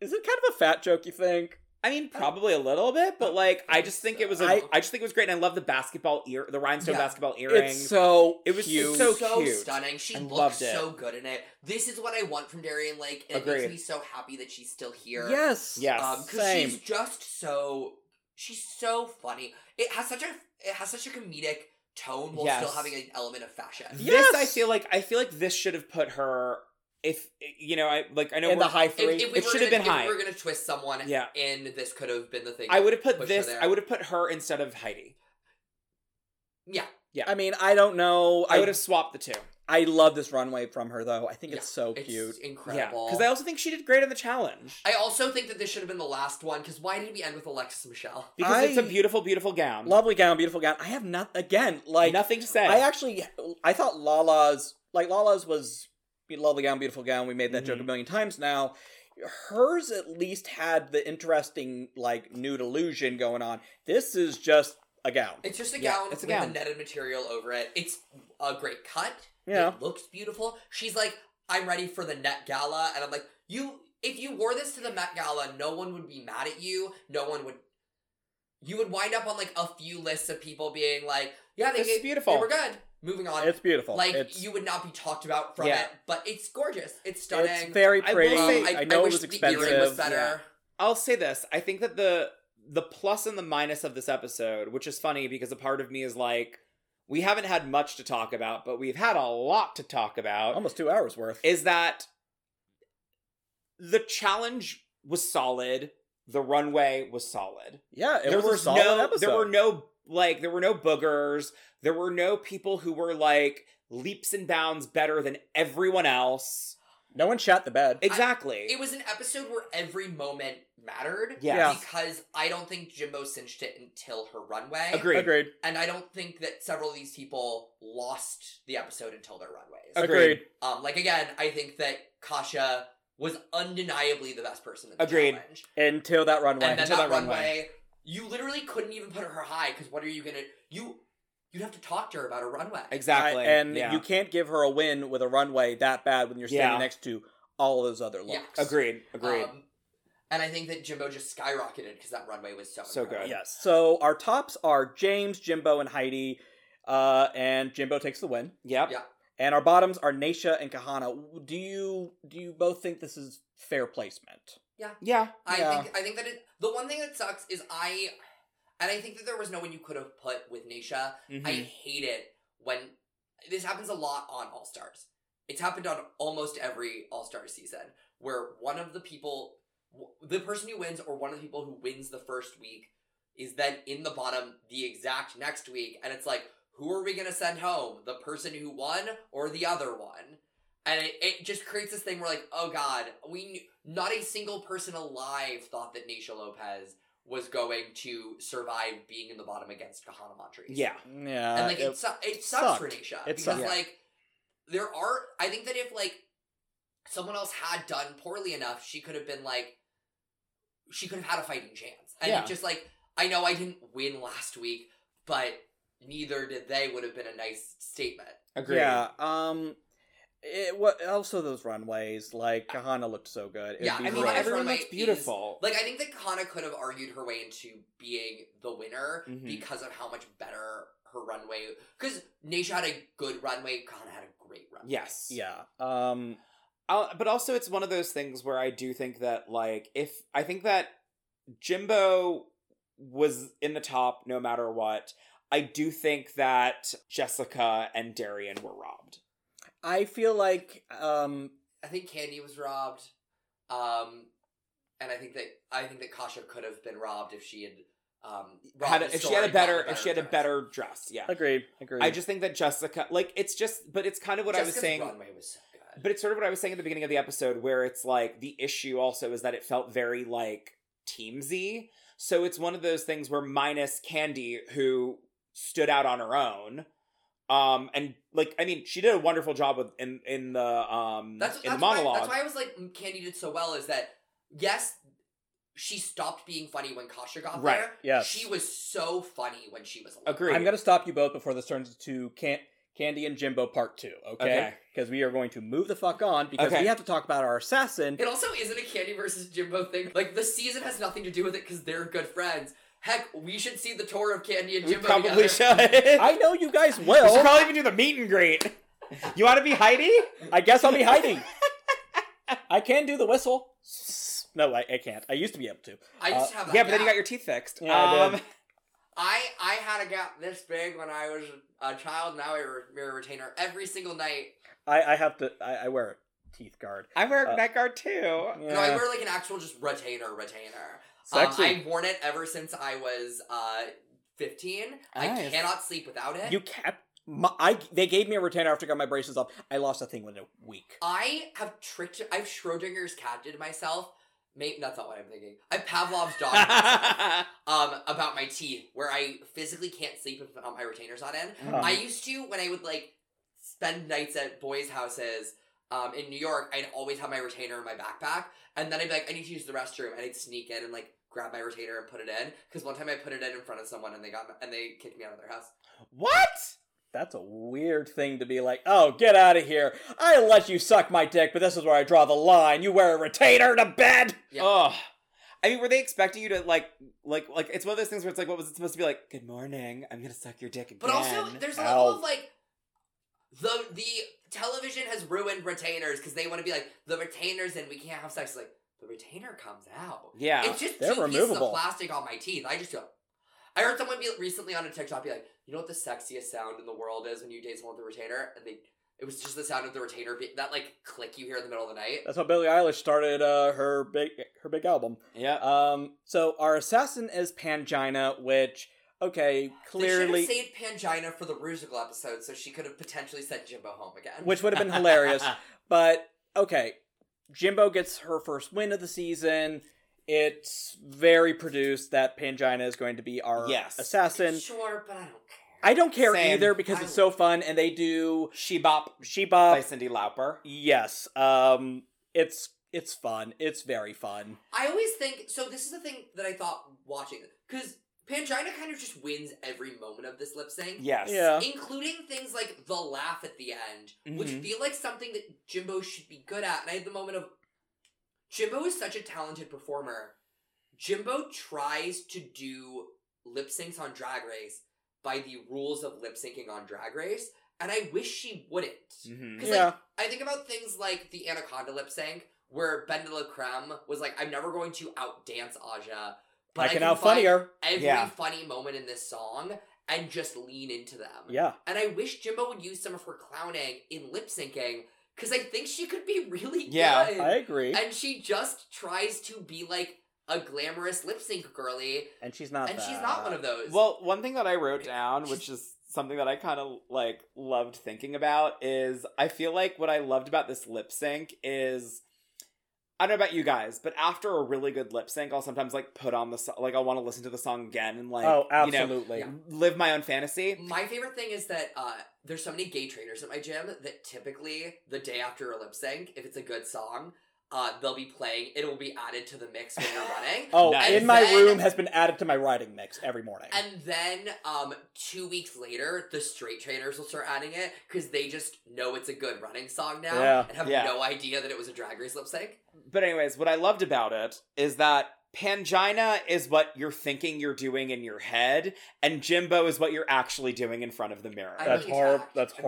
Is it kind of a fat joke? You think? I mean, probably a little bit, but like, I just think it was. A, I, I- just think it was great, and I love the basketball ear, the rhinestone Yeah. basketball earrings. It's so. It was cute. so so cute. stunning. She I looks loved it. so good in it. This is what I want from Darian Lake, and it Agreed. makes me so happy that she's still here. Yes. yes, um, because same. she's just so she's so funny. It has such a it has such a comedic tone while still Yes. having an element of fashion. this Yes! I feel like I feel like this should have put her. If you know, I like I know in the we're- high If, three. if we It were should have gonna- If been high. we were gonna twist someone Yeah. in, this could have been the thing. I would have put Push her this. there. I would have put her instead of Heidi. yeah. I mean, I don't know. I would I have swapped the two. I love this runway from her though. I think it's so It's cute. incredible. Yeah, because I also think she did great on the challenge I also think that this should have been the last one because why did we end with Alexis Michelle? because it's a I- beautiful, beautiful gown. Lovely gown, beautiful gown. I have not again like nothing to say. I actually I thought Lala's like Lala's was lovely gown, beautiful gown. We made that joke Mhm. a million times now. Hers at least had the interesting like nude illusion going on. This is just a gown. It's just a Yeah, gown it's a with gown. a netted material over it. It's a great cut. Yeah. It looks beautiful. She's like, I'm ready for the Met Gala, and I'm like, you. If you wore this to the Met Gala, no one would be mad at you. No one would. You would wind up on like a few lists of people being like, "Yeah, they, This is gave, beautiful. they were good." Moving on, It's beautiful. like it's, you would not be talked about from Yeah. it, but it's gorgeous. It's stunning. it's very I will pretty. Um, say- I, know wish it was The earring was expensive. better. yeah. I'll say this. I think that the the plus and the minus of this episode, which is funny because a part of me is like, we haven't had much to talk about, but we've had a lot to talk about. Oh Almost two hours worth. Is that the challenge was solid. The runway was solid. yeah, it there was, was a solid no, episode. There were no like there were no boogers. There were no people who were like leaps and bounds better than everyone else. no one shot the bed. Exactly. It was an episode where every moment mattered. Yes. Because I don't think Jimbo cinched it until her runway. Agreed. Agreed. And I don't think that several of these people lost the episode until their runways. Agreed. Agreed. Um, like again, I think that Kasha was undeniably the best person in the Agreed. challenge. Until that runway. and then Until that, that runway, you literally couldn't even put her high because what are you gonna you you'd have to talk to her about a runway. Exactly. I- and yeah. you can't give her a win with a runway that bad when you're standing Yeah. next to all those other looks. Yeah. agreed. Agreed. Um, and I think that Jimbo just skyrocketed because that runway was so So incredible. good. Yes. So our tops are James, Jimbo, and Heidi, uh, and Jimbo takes the win. yep. yeah. And our bottoms are Naisha and Kahana. Do you do you both think this is fair placement? Yeah. I Yeah. think I think that it, the one thing that sucks is I, and I think that there was no one you could have put with Nisha. Mm-hmm. I hate it when this happens a lot on All Stars. It's happened on almost every All Star season where one of the people, w- the person who wins or one of the people who wins the first week, is then in the bottom the exact next week, and it's like, who are we gonna send home? The person who won or the other one? And it, it just creates this thing where like, oh god, we knew, not a single person alive thought that Nisha Lopez was going to survive being in the bottom against Kahana Montrese. Yeah. Yeah. and like it, Uh, it- su- it sucks for sucked. Nisha It because sucked. Yeah. like there are. I think that if like someone else had done poorly enough, she could have been like she could have had a fighting chance. And Yeah. it just like I know I didn't win last week, but neither did they. Would have been a nice statement. Agreed. yeah. Um. It, what also those runways? Like Kahana looked so good. It'd Yeah, be I mean, Right. rough. everyone Runway looks is- beautiful. Like I think that Kana could have argued her way into being the winner Mhm. Mm-hmm. because of how much better her runway. Because Nisha had a good runway, Kana had a great runway. yes. yeah. Um. Uh, but also, it's one of those things where I do think that, like, if I think that Jimbo was in the top no matter what, I do think that Jessica and Darian were robbed. I feel like um I think Candy was robbed. Um, and I think that I think that Kasha could have been robbed if she had um robbed Had the a, if she store had a and gotten better, if she had a dress. better dress, yeah. Agreed. Agreed. I just think that Jessica, like, it's just, but it's kind of what I was Jessica's saying. runway was so good. But it's sort of what I was saying at the beginning of the episode, where it's like the issue also is that it felt very like teamsy. So it's one of those things where minus Candy, who stood out on her own, um, and like I mean, she did a wonderful job with in in the um That's, in that's the monologue. Why, that's why I was like, mm, Candy did so well. Is that yes, she stopped being funny when Kasha got Right, there. yes. she was so funny when she was. alone. Agree. I'm going to stop you both before this turns to can- Candy and Jimbo Part 2, okay? Okay. Because we are going to move the fuck on because Okay. we have to talk about our assassin. It also isn't a Candy versus Jimbo thing. Like the season has nothing to do with it because they're good friends. Heck, we should see the tour of Candy and we Jimbo probably together. [LAUGHS] should. I know you [LAUGHS] guys [LAUGHS] we should will. probably even do the meet and greet. You want to [LAUGHS] be Heidi? I guess I'll be hiding. I can do the whistle. [LAUGHS] No, I, I can't. I used to be able to. I just have. Uh, that yeah, but then you gap. got your teeth fixed. Yeah, I um, did. I I had a gap this big when I was a child. Now I re- wear a retainer every single night. I, I have to. I, I wear a teeth guard. I wear a Uh, neck guard too. No, I Yeah. wear like an actual just retainer retainer. Sexy. Um, I've worn it ever since I was uh, 15. I Nice. cannot sleep without it. You kept my, I they gave me a retainer after I got my braces off. I lost that thing within a week. I have tricked, I've Schrodinger's catted myself. Maybe, that's not what I'm thinking. I Pavlov's dog [LAUGHS] myself, um, about my teeth, where I physically can't sleep if um, my retainer's not in. Um, [LAUGHS] I used to when I would like spend nights at boys' houses um, in New York. I'd always have my retainer in my backpack, and then I'd be like, I need to use the restroom, and I'd sneak in and like grab my retainer and put it in. Because one time I put it in in front of someone, and they got and they kicked me out of their house. [LAUGHS] what? That's a weird thing to be like, oh, get out of here. I let you suck my dick, but this is where I draw the line. You wear a retainer to bed. Yeah. Ugh. I mean, were they expecting you to like, like, like? It's one of those things where it's like, what was it supposed to be like? Good morning. I'm gonna suck your dick again. But also, there's a Ow. level of like the the television has ruined retainers because they want to be like the retainers, and we can't have sex. Like the retainer comes out. yeah. It's just They're two pieces removable. of plastic on my teeth. I just go. I heard someone be recently on a TikTok be like, "You know what the sexiest sound in the world is when you date someone with a retainer?" And they, it was just the sound of the retainer be- that like click you hear in the middle of the night. That's how Billie Eilish started uh, her big her big album. [LAUGHS] yeah. Um, so our assassin is Pangina, which okay, Clearly, clearly, they should have saved Pangina for the Rusical episode, so she could have potentially sent Jimbo home again. which would have been [LAUGHS] hilarious. But okay, Jimbo gets her first win of the season. It's very produced that Pangina is going to be our Yes. assassin. sure, but I don't care. I don't care Same. either because I- it's so fun, and they do Shebop by Shebop. Cindy Lauper. Yes, um, it's it's fun. It's very fun. I always think so. This is the thing that I thought watching because Pangina kind of just wins every moment of this lip sync. Yes. Yeah, including things like the laugh at the end, which Mhm. feel like something that Jimbo should be good at. And I had the moment of Jimbo is such a talented performer. Jimbo tries to do lip syncs on Drag Race by the rules of lip syncing on Drag Race, and I wish she wouldn't. Mhm. 'Cause, Yeah. like, I think about things like the Anaconda lip sync, where Ben de la Creme was like, "I'm never going to outdance Aja, but I can find out funny her. every Yeah. funny moment in this song and just lean into them." Yeah, And I wish Jimbo would use some of her clowning in lip syncing because I think she could be really Yeah, good. I agree. and she just tries to be like a glamorous lip sync girly, and she's not. and she's that. not one of those. Well, one thing that I wrote down, which is something that I kind of like loved thinking about, is I feel like what I loved about this lip sync is I don't know about you guys, but after a really good lip sync, I'll sometimes like put on the so- like I want to listen to the song again and like oh, you know absolutely. yeah. live my own fantasy. my favorite thing is that uh, there's so many gay trainers at my gym that typically the day after a lip sync, if it's a good song, uh, they'll be playing. It will be added to the mix when you're running. Oh, Nice. in my And room then- has been added to my writing mix every morning. And then um, two weeks later, the straight trainers will start adding it because they just know it's a good running song now Yeah. and have Yeah. no idea that it was a drag race lip sync. But anyways, what I loved about it is that Pangina is what you're thinking you're doing in your head, and Jimbo is what you're actually doing in front of the mirror. I- I'm being attacked. I'm being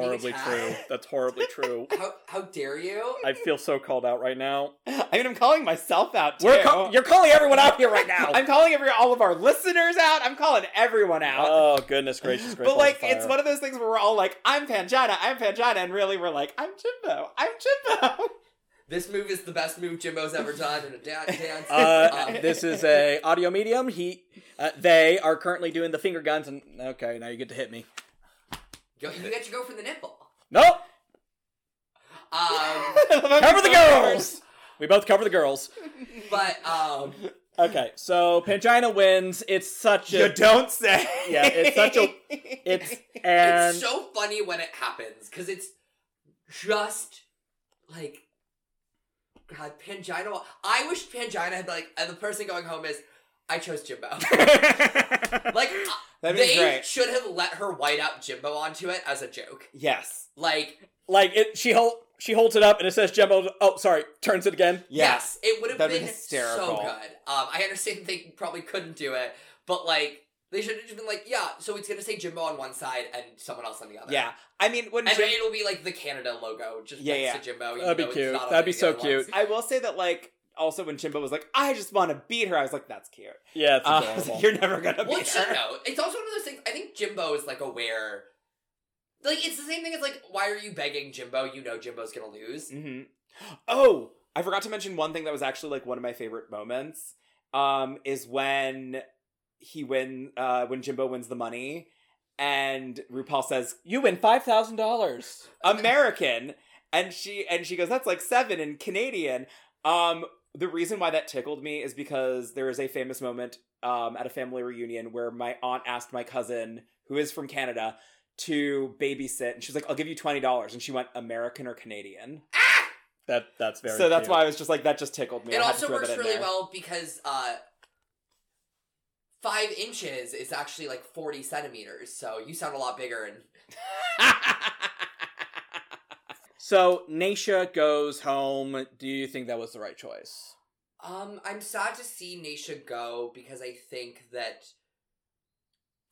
[LAUGHS] attacked. That's horribly true. How, how dare you? I feel so called out right [LAUGHS] now. I mean, I'm calling myself out too. We're ca- you're calling everyone out [LAUGHS] here right now. I'm calling every all of our listeners out. I'm calling everyone out. oh goodness gracious! but like, it's one of those things where we're all like, "I'm Pangina, I'm Pangina," and really, we're like, "I'm Jimbo, I'm Jimbo." This move is the best move Jimbo's ever done in a da- dance. [LAUGHS] Uh, [LAUGHS] Um, this is a audio medium. He, uh, they are currently doing the finger guns, and okay, now you get to hit me. go- you get to go for the nipple. Nope, Um, [LAUGHS] cover the girls. We both cover the girls. but um, Okay, so Pangina wins. It's such a You don't say. yeah. It's such a [LAUGHS] it's and it's so funny when it happens because it's just like God, Pangina. I wish Pangina had like, and the person going home is, I chose Jimbo. [LAUGHS] [GASPS] like uh, That'd be they great. should have let her white out Jimbo onto it as a joke. Yes. Like [LAUGHS] like it. She hold she holds it up, and it says Jumbo. Oh, sorry, turns it again. Yes. Yes, it would have That'd be been so hysterical. good. Um, I understand they probably couldn't do it, but like they should have just been like, yeah. So it's gonna say Jimbo on one side and someone else on the other. Yeah. I mean, when and Jim- then it'll be like the Canada logo just Yeah, next yeah. to Jimbo. even That'd be though it's cute. not on That'd be any so other ones. cute. I will say that, like, also when Jimbo was like, "I just want to beat her," I was like, "That's cute." Yeah, it's Uh, I was adorable. like, [LAUGHS] You're never gonna Well, beat she her. know. It's also one of those things. I think Jimbo is like aware. Like it's the same thing as like, why are you begging Jimbo? You know Jimbo's gonna lose. hmm Oh, I forgot to mention one thing that was actually like one of my favorite moments. Um, is when he win uh when Jimbo wins the money and RuPaul says you win five thousand dollars. American and she and she goes, That's like seven in Canadian. Um the reason why that tickled me is because there is a famous moment um at a family reunion where my aunt asked my cousin, who is from Canada, to babysit and she was like, I'll give you twenty dollars and she went American or Canadian. That that's very. so that's cute. why I was just like, that just tickled me. it I had to also throw works that in really there. well because uh, five inches is actually like forty centimeters. So you sound a lot bigger and. [LAUGHS] So Naisha goes home. Do you think that was the right choice? Um, I'm sad to see Naisha go because I think that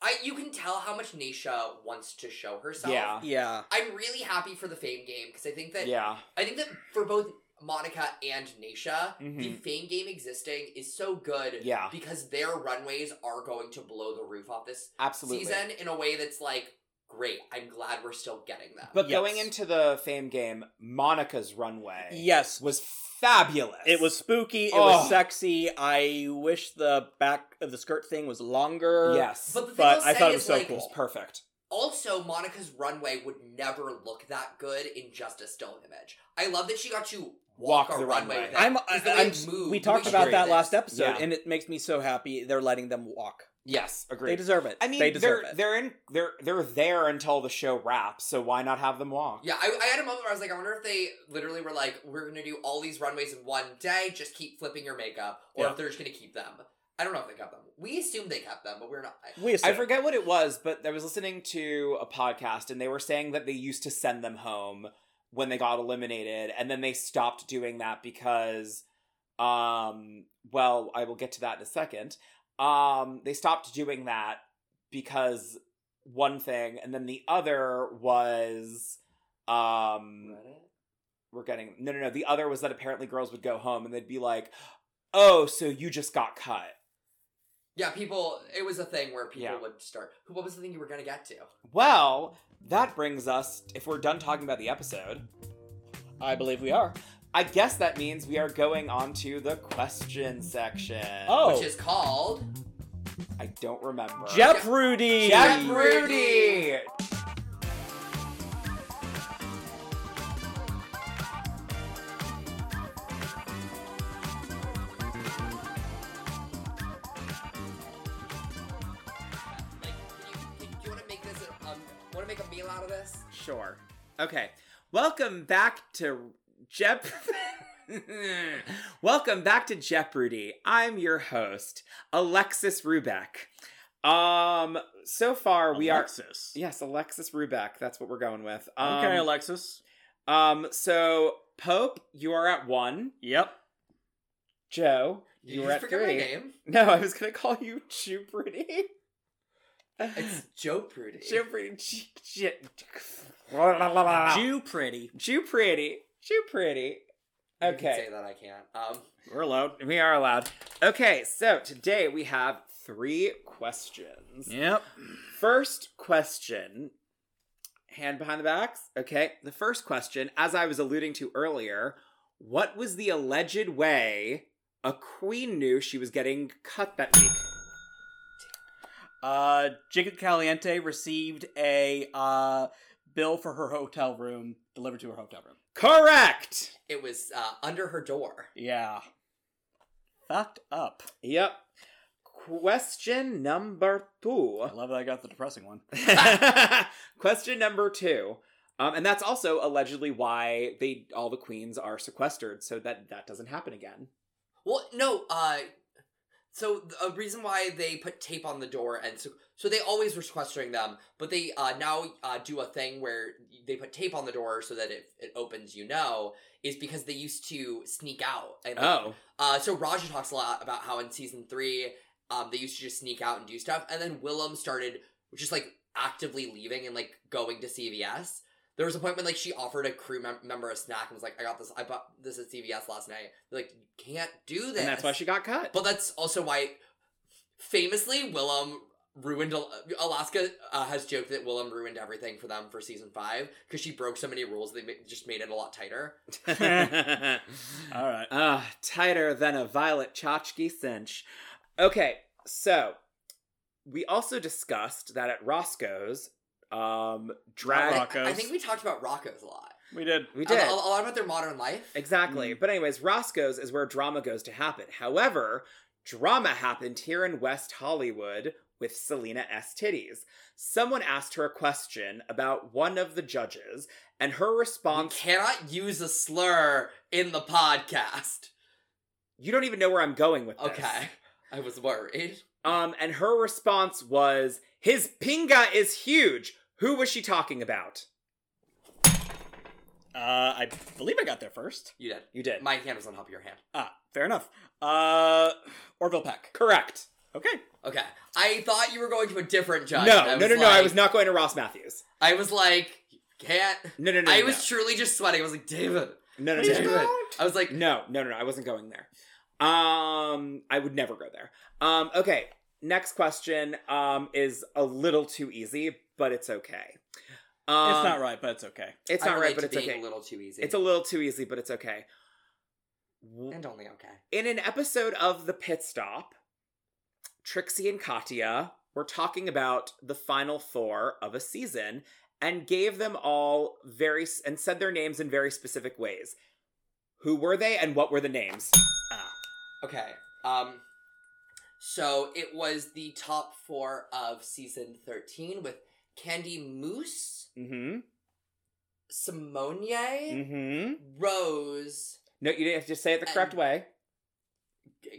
I you can tell how much Naisha wants to show herself. Yeah. Yeah. I'm really happy for the fame game because I think that yeah. I think that for both Monica and Naisha, the Mhm. fame game existing is so good Yeah. because their runways are going to blow the roof off this Absolutely. season in a way that's like great. I'm glad we're still getting them. But Yes. going into the fame game, Monica's runway Yes. was fabulous. It was spooky. It Oh. was sexy. I wish the back of the skirt thing was longer. Yes. but the thing But I'll I say thought it is was so like, it was perfect. Also, Monica's runway would never look that good in just a still image. I love that she got to walk, Walk a the runway. runway. With it. I'm. 'Cause the way I'm it moved, we the talked way she about did that it. last episode, Yeah. and it makes me so happy. They're letting them walk. Yes, They agreed. deserve it. I mean, they they're deserve it. they're in they're they're there until the show wraps, so why not have them walk? Yeah, I, I had a moment where I was like, I wonder if they literally were like, we're gonna do all these runways in one day, just keep flipping your makeup, or Yeah. if they're just gonna keep them. I don't know if they kept them. We assume they kept them, but we're not. we I assume. forget what it was, but I was listening to a podcast and they were saying that they used to send them home when they got eliminated, and then they stopped doing that because, um, well, I will get to that in a second. Um, they stopped doing that because one thing, and then the other was, um, Mm. we're getting no no no the other was that apparently girls would go home and they'd be like oh so you just got cut Yeah, people. It was a thing where people Yeah. would start. Who? What was the thing you were gonna get to? well that brings us if we're done talking about the episode I believe we are. i guess that means we are going on to the question section Oh. Which is called. i don't remember Jeff Rudy. Jeff Jeff rudy Like, can you, can, do you want to make this? a- Um, want to make a meal out of this? Sure. Okay. Welcome back to [LAUGHS] Jep. Welcome back to Jeopardy. I'm your host, Alexis Rubeck. um so far we are Alexis. yes alexis rubeck that's what we're going with um, Okay, Alexis. um so pope you are at one Yep. joe Did you, you are just at forget three my name. [LAUGHS] no i was gonna call you jew rudy [LAUGHS] It's Joe Prudy. Jew pretty. Jew, Jew pretty. Jew pretty. Jew pretty. You can Okay. say that I can't. Um, We're allowed. We are allowed. Okay, so today we have three questions. Yep. First question hand behind the backs. Okay, the first question, as I was alluding to earlier, What was the alleged way a queen knew she was getting cut that week? Uh, Jacob Caliente received a uh, bill for her hotel room delivered to her hotel room. Correct. It was uh, under her door. Yeah. Fucked up. Yep. Question number two. I love that I got the depressing [LAUGHS] one. Question number two. Um, and that's also allegedly why they all the queens are sequestered, so that that doesn't happen again. Well, no. Uh, so th- a reason why they put tape on the door, and so so they always were sequestering them, but they uh, now uh, do a thing where they put tape on the door so that if it opens, you know, is because they used to sneak out. And, like, Uh, so Raja talks a lot about how in season three, um, they used to just sneak out and do stuff, and then Willem started just like actively leaving and like going to CVS. There was a point when like she offered a crew mem- member a snack and was like, "I got this. I bought this at CVS last night." They're like, "You can't do this." and that's why she got cut. But that's also why, famously, Willem ruined Al- Alaska. Uh, has joked that Willem ruined everything for them for season five because she broke so many rules. They ma- just made it a lot tighter. [LAUGHS] All right. Ah, tighter than a violet tchotchke cinch. Okay, so we also discussed that at Roscoe's, um, drag. I- Rock- I, I Rocco's. think we talked about Rocco's a lot. We did. we A- did. A, a lot about their modern life. Exactly. But anyways, Roscoe's is where drama goes to happen. However, drama happened here in West Hollywood with Selena S. Titties. Someone asked her a question about one of the judges, and her We [LAUGHS] response cannot use a slur in the podcast. You don't even know where I'm going with this. Okay. I was worried. Um, and her response was, His pinga is huge. Who was she talking about? Uh, I believe I got there first. You did. You did. My hand was on top of your hand. Ah, fair enough. Uh, Orville Peck. Correct. Okay. Okay. I thought you were going to a different No, judge. I no, no, no. I like- was not going to Ross Matthews. I was like, you can't. No, no, no. I no. was truly just sweating. I was like, David. no, no, no. David. no. I was like, No, no, no, no. I wasn't going there. Um, I would never go there. Um, okay. Next question um is a little too easy, but it's okay. Um, it's not right, but it's okay. It's I not relate right, but to it's being okay. a little too easy. It's a little too easy, but it's okay. and only okay. In an episode of The Pit Stop, Trixie and Katya were talking about the final four of a season and gave them all very s- and said their names in very specific ways. Who were they and what were the names? Okay. Um. So it was the top four of season thirteen with Candy Moose, Mm Simonier, Eh. hmm. Mm hmm. Rose, No, you didn't have to say it the correct way.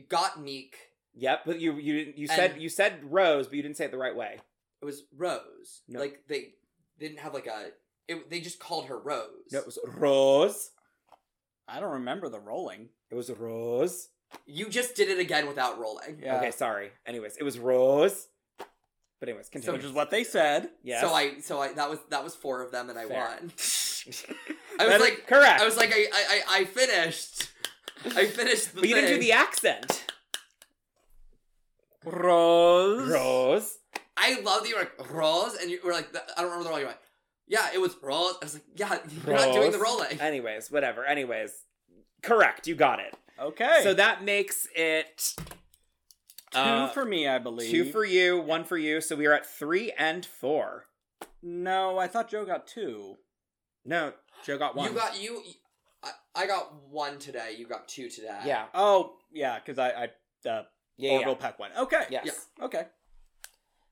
Gottmik. Yep, but you you didn't- you said and- you said Rose, but you didn't say it the right way. It was Rose. No. Like they they didn't have like a. It, they just called her Rose. No, it was Rose. I don't remember the rolling. It was Rose. you just did it again without rolling. Yeah. Okay, sorry. Anyways, it was Rose. But anyways, So, continue. which is what they said. yes. [LAUGHS] So I so I that was that was four of them and I Fair. [LAUGHS] won. I was That- like correct. I was like I I I- I finished. I finished the but you didn't do thing. the accent. Rose. Rose. I love that you were like Rose and you were like "Th- I don't remember the rolling. You went, yeah, it was Rose. I was like, yeah, you're not doing the Rose. rolling. Anyways, whatever. Anyways, correct. You got it. Okay. So that makes it two uh, for me, I believe. two for you, one for you. So we are at three and four. No, I thought Joe got two. No, Joe got one. You got you. I, I got one today. You got two today. yeah. Oh, yeah, because I, I uh, Yeah. Orville yeah. Peck went. Okay. Yes. Yeah. Okay.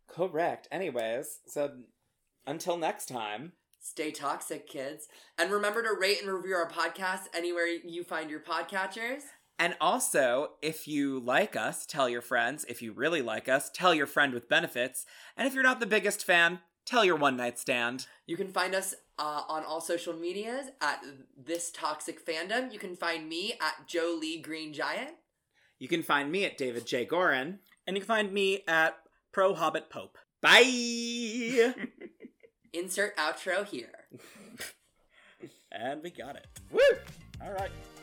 Correct. Anyways, so until next time. Stay toxic, kids, and remember to rate and review our podcast anywhere you find your podcatchers. And also, if you like us, tell your friends. If you really like us, tell your friend with benefits. And if you're not the biggest fan, tell your one night stand. You can find us uh, on all social medias at this toxic fandom. You can find me at Joe Lee Green Giant. You can find me at David J. Gorin. And you can find me at Pro Hobbit Pope. Bye. Insert outro here. And we got it. [LAUGHS] Woo. All right.